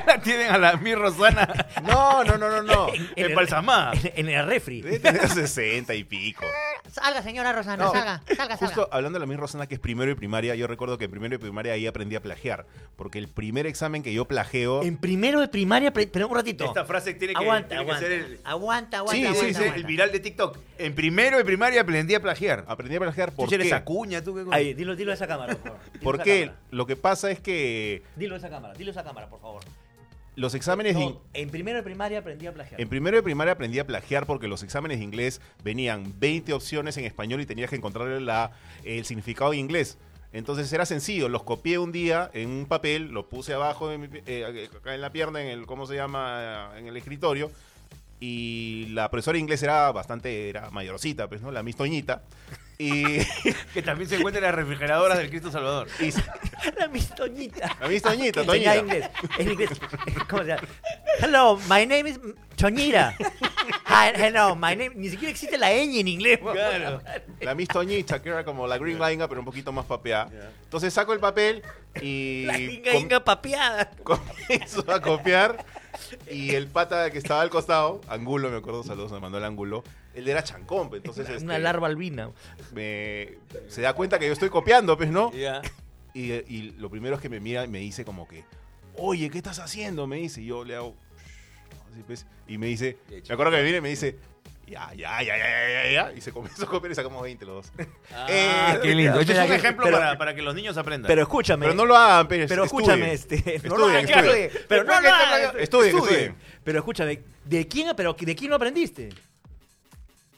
Speaker 3: la tienen a la mi Rosana
Speaker 2: No, no, no, no, no.
Speaker 1: en el-
Speaker 3: embalsamada.
Speaker 1: En, en el refri.
Speaker 2: Debe tener 60 y pico.
Speaker 6: Salga, señora Rosana,
Speaker 2: No,
Speaker 6: salga, salga, salga.
Speaker 2: Justo hablando de la misma Rosana, que es primero de primaria, yo recuerdo que en primero de primaria ahí aprendí a plagiar. Porque el primer examen que yo plageo...
Speaker 1: En primero de primaria, pre- pero un ratito.
Speaker 3: Esta frase tiene que,
Speaker 1: Aguanta,
Speaker 3: tiene que
Speaker 1: aguanta.
Speaker 3: ser el,
Speaker 6: Aguanta, aguanta,
Speaker 2: Sí, sí,
Speaker 6: aguanta.
Speaker 2: sí,
Speaker 3: el
Speaker 6: aguanta.
Speaker 3: viral de TikTok. En primero de primaria aprendí a plagiar.
Speaker 2: Aprendí a plagiar
Speaker 3: ¿Tú
Speaker 2: Ah, por
Speaker 3: eres
Speaker 2: qué.
Speaker 3: acuña? ¿Tú qué cosa?
Speaker 1: Ahí, dilo, dilo a esa cámara, por favor. Dilo a esa
Speaker 2: Porque
Speaker 1: cámara.
Speaker 2: lo que pasa es que
Speaker 1: Dilo a esa cámara, dilo a esa cámara, por favor.
Speaker 2: los exámenes de in-
Speaker 1: No, en primero de primaria aprendí a plagiar.
Speaker 2: en primero de primaria aprendí a plagiar porque los exámenes de inglés venían 20 opciones en español y tenías que encontrarle la, el significado de inglés. Entonces era sencillo, los copié un día en un papel, lo puse abajo en, mi pi- eh, acá en la pierna, en el, ¿cómo se llama? En el escritorio. Y la profesora de inglés era bastante, era mayorcita, pues, ¿no? La mistoñita. Y,
Speaker 3: Que también se encuentra en las refrigeradoras del Cristo Salvador.
Speaker 2: y-
Speaker 1: La mis Toñita.
Speaker 2: la mistoñita,
Speaker 1: Enseñaba
Speaker 2: toñita.
Speaker 1: inglés. En inglés. ¿Cómo se llama? Hello, my name is Toñita. Hi, Hello, my name. Ni siquiera existe la ñ en inglés.
Speaker 3: Claro.
Speaker 2: La Miss Toñita, que era como la Green Line, pero un poquito más papeada. Entonces saco el papel y
Speaker 1: La inga,
Speaker 2: com-
Speaker 1: inga papeada.
Speaker 2: comienzo a copiar. Y el pata que estaba al costado, Angulo, me acuerdo, saludos, me mandó el Angulo. Él era chancón, pues, entonces este,
Speaker 1: Una larva albina.
Speaker 2: me- se da cuenta que yo estoy copiando, pues, ¿no?
Speaker 3: Ya.
Speaker 2: Y, y lo primero es que me mira y me dice como que, oye, ¿qué estás haciendo? Me dice, y yo le hago, "Shh", así pues, y me dice, me acuerdo que me viene y me dice, ya, ya, ya, ya, ya, ya, ya, y se comenzó a copiar y sacamos 20 los dos. Eh,
Speaker 3: Ah, qué lindo. Este es
Speaker 1: Mira
Speaker 3: un
Speaker 1: que-
Speaker 3: ejemplo
Speaker 1: pero-
Speaker 3: para, para que los niños aprendan.
Speaker 1: Pero escúchame.
Speaker 2: Pero no lo hagan, pe-
Speaker 1: Pero escúchame,
Speaker 2: estudien.
Speaker 1: este. No
Speaker 2: Estudien,
Speaker 1: lo hagan,
Speaker 2: estudien.
Speaker 1: estudien, Pero no
Speaker 2: Después
Speaker 1: lo
Speaker 2: que
Speaker 1: hagan,
Speaker 2: estudien, estudien.
Speaker 1: Pero escúchame, ¿de quién, pero de quién lo aprendiste?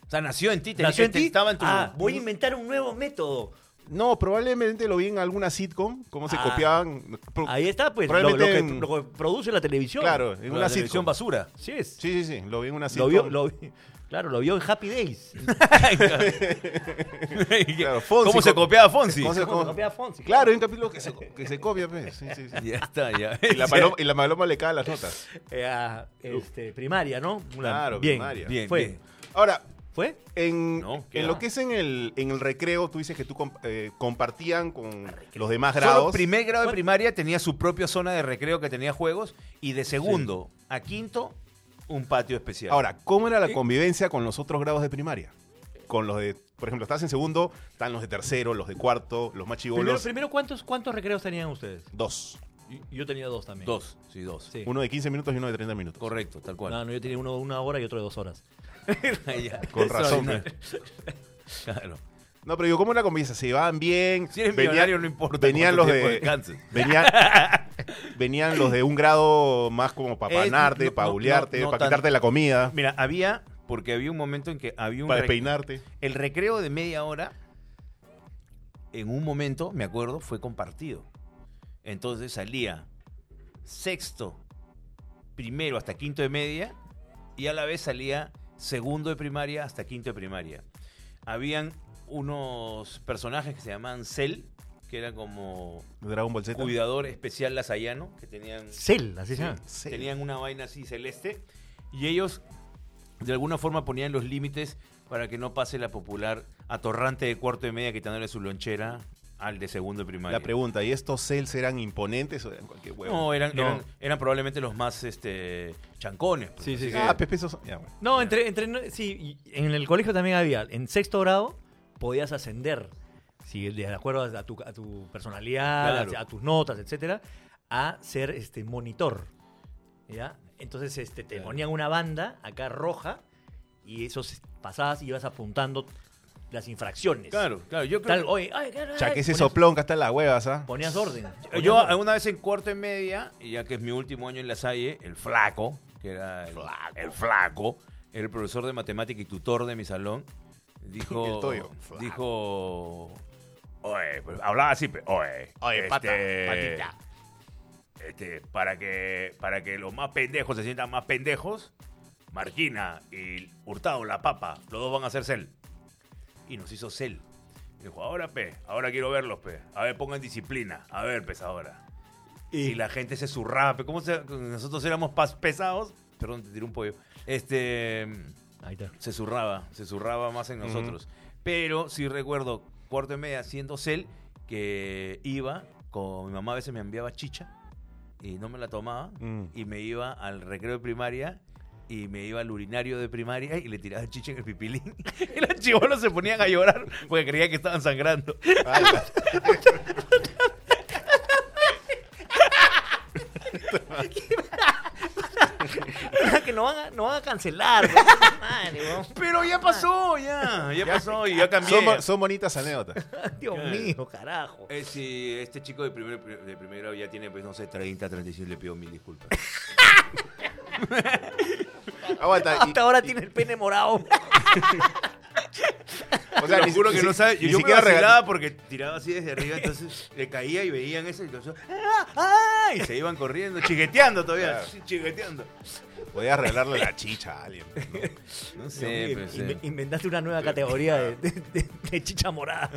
Speaker 3: o sea, nació en ti. te-
Speaker 1: ¿Nació en
Speaker 3: te-
Speaker 1: ti?
Speaker 3: Estaba en tu...
Speaker 1: Ah, voy a inventar un nuevo método.
Speaker 2: No, probablemente lo vi en alguna sitcom, cómo se
Speaker 1: Ah.
Speaker 2: copiaban. Pro-
Speaker 1: Ahí está, pues, lo, lo
Speaker 2: Probablemente
Speaker 1: que,
Speaker 2: en-
Speaker 1: lo que produce la televisión.
Speaker 2: Claro, en
Speaker 3: en
Speaker 2: una
Speaker 3: una
Speaker 2: sitcom.
Speaker 3: selección basura.
Speaker 1: Sí es.
Speaker 2: Sí, sí, sí, lo vi en una
Speaker 1: lo
Speaker 2: sitcom.
Speaker 1: vio, lo vi- claro, lo vio en Happy Days.
Speaker 2: Claro, Fonsi
Speaker 3: ¿Cómo se
Speaker 2: co-
Speaker 3: copiaba Fonsi?
Speaker 2: ¿Cómo se-
Speaker 1: Como copiaba Fonsi.
Speaker 2: Claro, hay un capítulo que se, que se copia, pues. Sí, sí, sí.
Speaker 3: Ya está, ya.
Speaker 2: Y la, paloma, y la paloma le cae las notas.
Speaker 1: Eh, ah, este, primaria, ¿no? Una-
Speaker 2: Claro,
Speaker 1: bien.
Speaker 2: primaria.
Speaker 3: Bien,
Speaker 1: Fue.
Speaker 3: bien.
Speaker 2: Ahora,
Speaker 1: ¿Fue?
Speaker 2: en,
Speaker 3: No,
Speaker 2: en
Speaker 3: queda.
Speaker 2: lo que es en el, en el recreo, tú dices que tú comp- eh, compartían con los demás
Speaker 3: Solo
Speaker 2: grados.
Speaker 3: primer grado de primaria tenía su propia zona de recreo que tenía juegos y de segundo a quinto un patio especial.
Speaker 2: Ahora, ¿cómo era la convivencia con los otros grados de primaria? Con los de, por ejemplo, estás en segundo, están los de tercero, los de cuarto, los más
Speaker 1: Primero,
Speaker 2: chivolos.
Speaker 1: primero, ¿cuántos, ¿cuántos recreos tenían ustedes?
Speaker 2: Dos.
Speaker 1: Yo tenía dos también.
Speaker 3: dos, sí, dos.
Speaker 1: Sí.
Speaker 2: Uno de 15 minutos y uno de 30 minutos.
Speaker 3: Correcto, tal cual.
Speaker 1: No, no, yo tenía uno de una hora y otro de dos horas.
Speaker 3: Ya.
Speaker 2: Con razón.
Speaker 3: Eso,
Speaker 2: pe.
Speaker 3: Claro.
Speaker 2: No, pero digo, ¿cómo era la convivencia? ¿Se llevaban bien?
Speaker 3: Si eres
Speaker 2: Venía-
Speaker 3: millonario no importa.
Speaker 2: Venían los
Speaker 3: cuánto
Speaker 2: de...
Speaker 3: tiempo descanses.
Speaker 2: Venían, venían los de un grado más como para
Speaker 3: Eh,
Speaker 2: panarte,
Speaker 3: no, no,
Speaker 2: para
Speaker 3: no,
Speaker 2: bulearte,
Speaker 3: no
Speaker 2: para
Speaker 3: tanto.
Speaker 2: quitarte la comida,
Speaker 3: Mira, había, porque había un momento en que había un
Speaker 2: para
Speaker 3: rec-
Speaker 2: despeinarte.
Speaker 3: el recreo de media hora, en un momento, me acuerdo, fue compartido. Entonces salía sexto, primero hasta quinto de media, y a la vez salía segundo de primaria hasta quinto de primaria. Habían unos personajes que se llamaban Cell, que eran como
Speaker 2: Dragon Ball Z.
Speaker 3: cuidador especial lasayano, que tenían
Speaker 1: Cell, así se llama.
Speaker 2: Sí.
Speaker 3: tenían una vaina así celeste y ellos de alguna forma ponían los límites para que no pase la popular atorrante de cuarto de media quitándole su lonchera al de segundo de primaria.
Speaker 2: La pregunta, ¿y estos cells eran imponentes o eran cualquier huevo? Ah,
Speaker 3: no, eran,
Speaker 1: No.
Speaker 3: Eran, eran probablemente los más este chancones. pues.
Speaker 1: Sí, sí, sí.
Speaker 3: Así que-
Speaker 2: Ah, Pepe Sosa. Ya, bueno.
Speaker 1: No, entre, entre no- sí, y en el colegio también había. En sexto grado podías ascender, si de acuerdo a tu, a tu personalidad,
Speaker 3: Claro.
Speaker 1: a, a tus notas, etcétera, a ser este monitor. ¿Ya? Entonces este, te
Speaker 3: Claro.
Speaker 1: ponían una banda acá roja y esos pasabas y ibas apuntando las infracciones.
Speaker 3: Claro, claro. Yo creo
Speaker 1: Tal, oye, ay, ay, ay,
Speaker 2: Cha, que ese
Speaker 1: ponías-
Speaker 2: soplón que está en las huevas, ¿ah?
Speaker 1: Ponías orden. ponías
Speaker 3: Yo
Speaker 1: orden.
Speaker 3: alguna vez en cuarto y media, y ya que es mi último año en la Salle, el flaco, que era el flaco, el, flaco, era el profesor de matemática y tutor de mi salón, dijo,
Speaker 2: El Toyo,
Speaker 3: dijo, oye, pues, hablaba así, pe, oye,
Speaker 2: Oye, pata,
Speaker 3: este,
Speaker 2: patita.
Speaker 3: este, para que para que los más pendejos se sientan más pendejos, Marquina y Hurtado la papa, los dos van a hacer cel. Y nos hizo cel. Dijo, ahora pe, ahora quiero verlos pe. A ver, pongan disciplina. A ver, pes ahora. Y la gente se zurraba, pe. ¿Cómo se- nosotros éramos pas- pesados? Perdón, te tiré un pollo. Este
Speaker 1: Ahí está.
Speaker 3: se zurraba, se zurraba más en nosotros. Pero sí recuerdo, cuarto y media, siendo cel, que iba, con mi mamá a veces me enviaba chicha y no me la tomaba,
Speaker 2: Mm.
Speaker 3: y me iba al recreo de primaria. Y me iba al urinario de primaria y le tiraba chicha en el pipilín. Y los chivolos se ponían a llorar porque creían que estaban sangrando.
Speaker 2: Ay,
Speaker 1: que nos van a, nos van a cancelar. pues, madre, weón.
Speaker 3: Pero ya pasó, ya. Ya pasó
Speaker 2: Ah,
Speaker 3: y ya cambié.
Speaker 2: son, bo- son bonitas anécdotas.
Speaker 1: Dios
Speaker 3: Claro.
Speaker 1: mío, carajo.
Speaker 3: Eh, si este chico de primer, de primer grado ya tiene, pues, no sé, 30, 35, le pido mil disculpas.
Speaker 2: Aguanta. y-
Speaker 1: Hasta ahora tiene el pene morado.
Speaker 2: o sea,
Speaker 3: Te
Speaker 2: ni-
Speaker 3: lo juro que
Speaker 2: ni-
Speaker 3: no sabe.
Speaker 2: ni
Speaker 3: Yo, yo me
Speaker 2: siquiera
Speaker 3: vacilaba
Speaker 2: regalaba.
Speaker 3: porque tiraba así desde arriba, entonces le caía y veían eso y los ¡ah! ¡ah! Y se iban corriendo, chiqueteando todavía.
Speaker 2: Claro.
Speaker 3: Chiqueteando.
Speaker 2: Podías regalarle la chicha a alguien. ¿no?
Speaker 3: No pues, eh.
Speaker 1: Inve- inve- Inventaste una nueva categoría de, de- de- de chicha morada.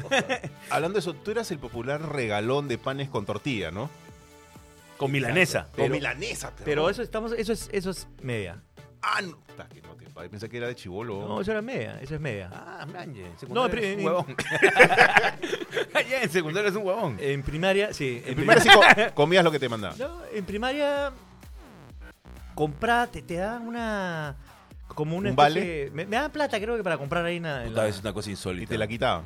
Speaker 2: Hablando de eso, tú eras el popular regalón de panes con tortilla, ¿no?
Speaker 3: Con milanesa.
Speaker 2: o milanesa.
Speaker 1: Pero eso estamos, eso es, eso es media.
Speaker 2: Ah, no. Puta, que no te- ay, Pensé que era de chivolo.
Speaker 1: No, eso era media, eso es media.
Speaker 3: Ah, manje. en
Speaker 1: No,
Speaker 3: secundaria
Speaker 1: pero
Speaker 3: es
Speaker 1: en-
Speaker 3: un huevón. ya, en secundaria es un huevón.
Speaker 1: En primaria, sí.
Speaker 2: En primer sí co- comías lo que te mandaban.
Speaker 1: No, en primaria comprar te, te da una como una
Speaker 2: ¿Un
Speaker 1: especie- me, me daban plata creo que para comprar ahí una en la-
Speaker 3: una cosa insólita.
Speaker 2: Y te la quitaban.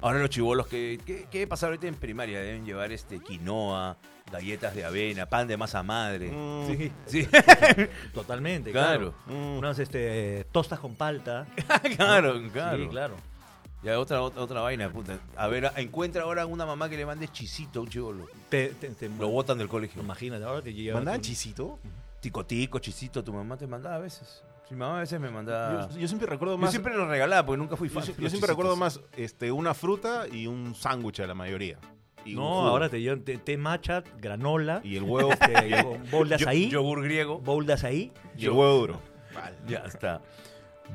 Speaker 3: Ahora los chivolos, ¿qué, qué, qué pasa ahorita en primaria? Deben llevar este quinoa, galletas de avena, pan de masa madre.
Speaker 2: Mm,
Speaker 1: Sí,
Speaker 3: Sí,
Speaker 1: totalmente.
Speaker 3: Claro.
Speaker 1: Claro.
Speaker 2: mm.
Speaker 1: Unas este, tostas con palta.
Speaker 3: claro, claro.
Speaker 1: Sí, claro.
Speaker 3: Ya otra, otra, otra vaina, puta. A ver, encuentra ahora una mamá que le mande chisito a un chivolo.
Speaker 1: Te, te- te-
Speaker 3: Lo botan del colegio.
Speaker 1: Imagínate, ahora te llevan.
Speaker 2: ¿Mandaban chisito?
Speaker 3: Ticotico, chisito, tu mamá te mandaba a veces. Mi mamá a veces me
Speaker 1: Ah.
Speaker 3: mandaba.
Speaker 2: Yo, yo siempre recuerdo
Speaker 3: Yo
Speaker 2: más.
Speaker 3: siempre lo regalaba porque nunca fui
Speaker 2: yo
Speaker 3: fan.
Speaker 2: si-
Speaker 3: de
Speaker 2: yo
Speaker 3: los
Speaker 2: siempre recuerdo
Speaker 3: chisitos.
Speaker 2: más este, una fruta y un sándwich a la mayoría. Y un
Speaker 1: No,
Speaker 2: jugo.
Speaker 1: ahora te llevan té, té matcha, granola,
Speaker 2: Y el huevo.
Speaker 1: este, con boldas
Speaker 3: Yo-
Speaker 1: ahí.
Speaker 3: Yogur griego.
Speaker 1: Boldas ahí.
Speaker 2: y el huevo duro.
Speaker 3: Ya está.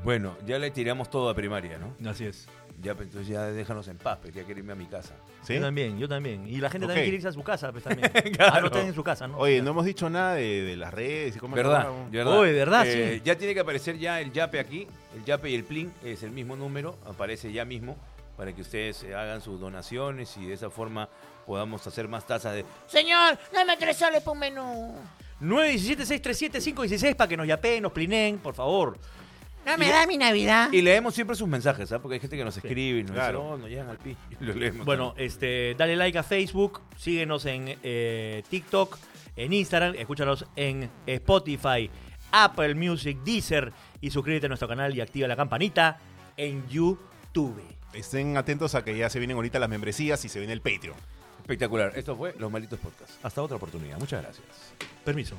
Speaker 3: Bueno, ya le tiramos todo a primaria, ¿no?
Speaker 1: Así es.
Speaker 3: Ya, pues, entonces ya déjanos en paz, pues, ya quiero irme a mi casa.
Speaker 2: ¿Sí?
Speaker 1: Yo también, yo también. Y la gente
Speaker 2: Ok.
Speaker 1: también quiere irse a su casa, pues también.
Speaker 3: Claro.
Speaker 1: Ah, no están en su casa, ¿no?
Speaker 2: Oye, no hemos dicho nada de, de las redes y cómo
Speaker 3: ¿Verdad?
Speaker 2: acabaron.
Speaker 3: ¿Verdad?
Speaker 1: Oye, ¿verdad?
Speaker 3: Eh,
Speaker 1: Sí.
Speaker 3: Ya tiene que aparecer ya el yape aquí. El yape y el plin es el mismo número. Aparece ya mismo para que ustedes eh, hagan sus donaciones y de esa forma podamos hacer más tazas de...
Speaker 4: Señor, dame tres soles por un menú.
Speaker 1: 917-637-516 para que nos yapeen, nos plinen, por favor.
Speaker 4: No me da mi Navidad.
Speaker 3: Y leemos siempre sus mensajes, ¿ah? Porque hay gente que nos escribe y nos
Speaker 2: claro.
Speaker 3: dice, "Oh, no llegan al pi. Y lo leemos.
Speaker 1: Bueno, este, dale like a Facebook, síguenos en eh, TikTok, en Instagram, escúchanos en Spotify, Apple Music, Deezer y suscríbete a nuestro canal y activa la campanita en YouTube.
Speaker 2: Estén atentos a que ya se vienen ahorita las membresías y se viene el Patreon.
Speaker 3: Espectacular. Esto fue Los Malditos Podcasts. Hasta otra oportunidad. Muchas gracias.
Speaker 1: Permiso.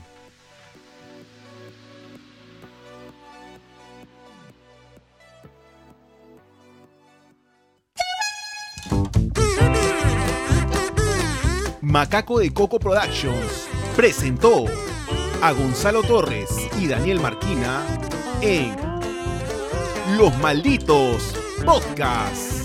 Speaker 7: Macaco de Coco Productions presentó a Gonzalo Torres y Daniel Marquina en Los Malditos Podcasts.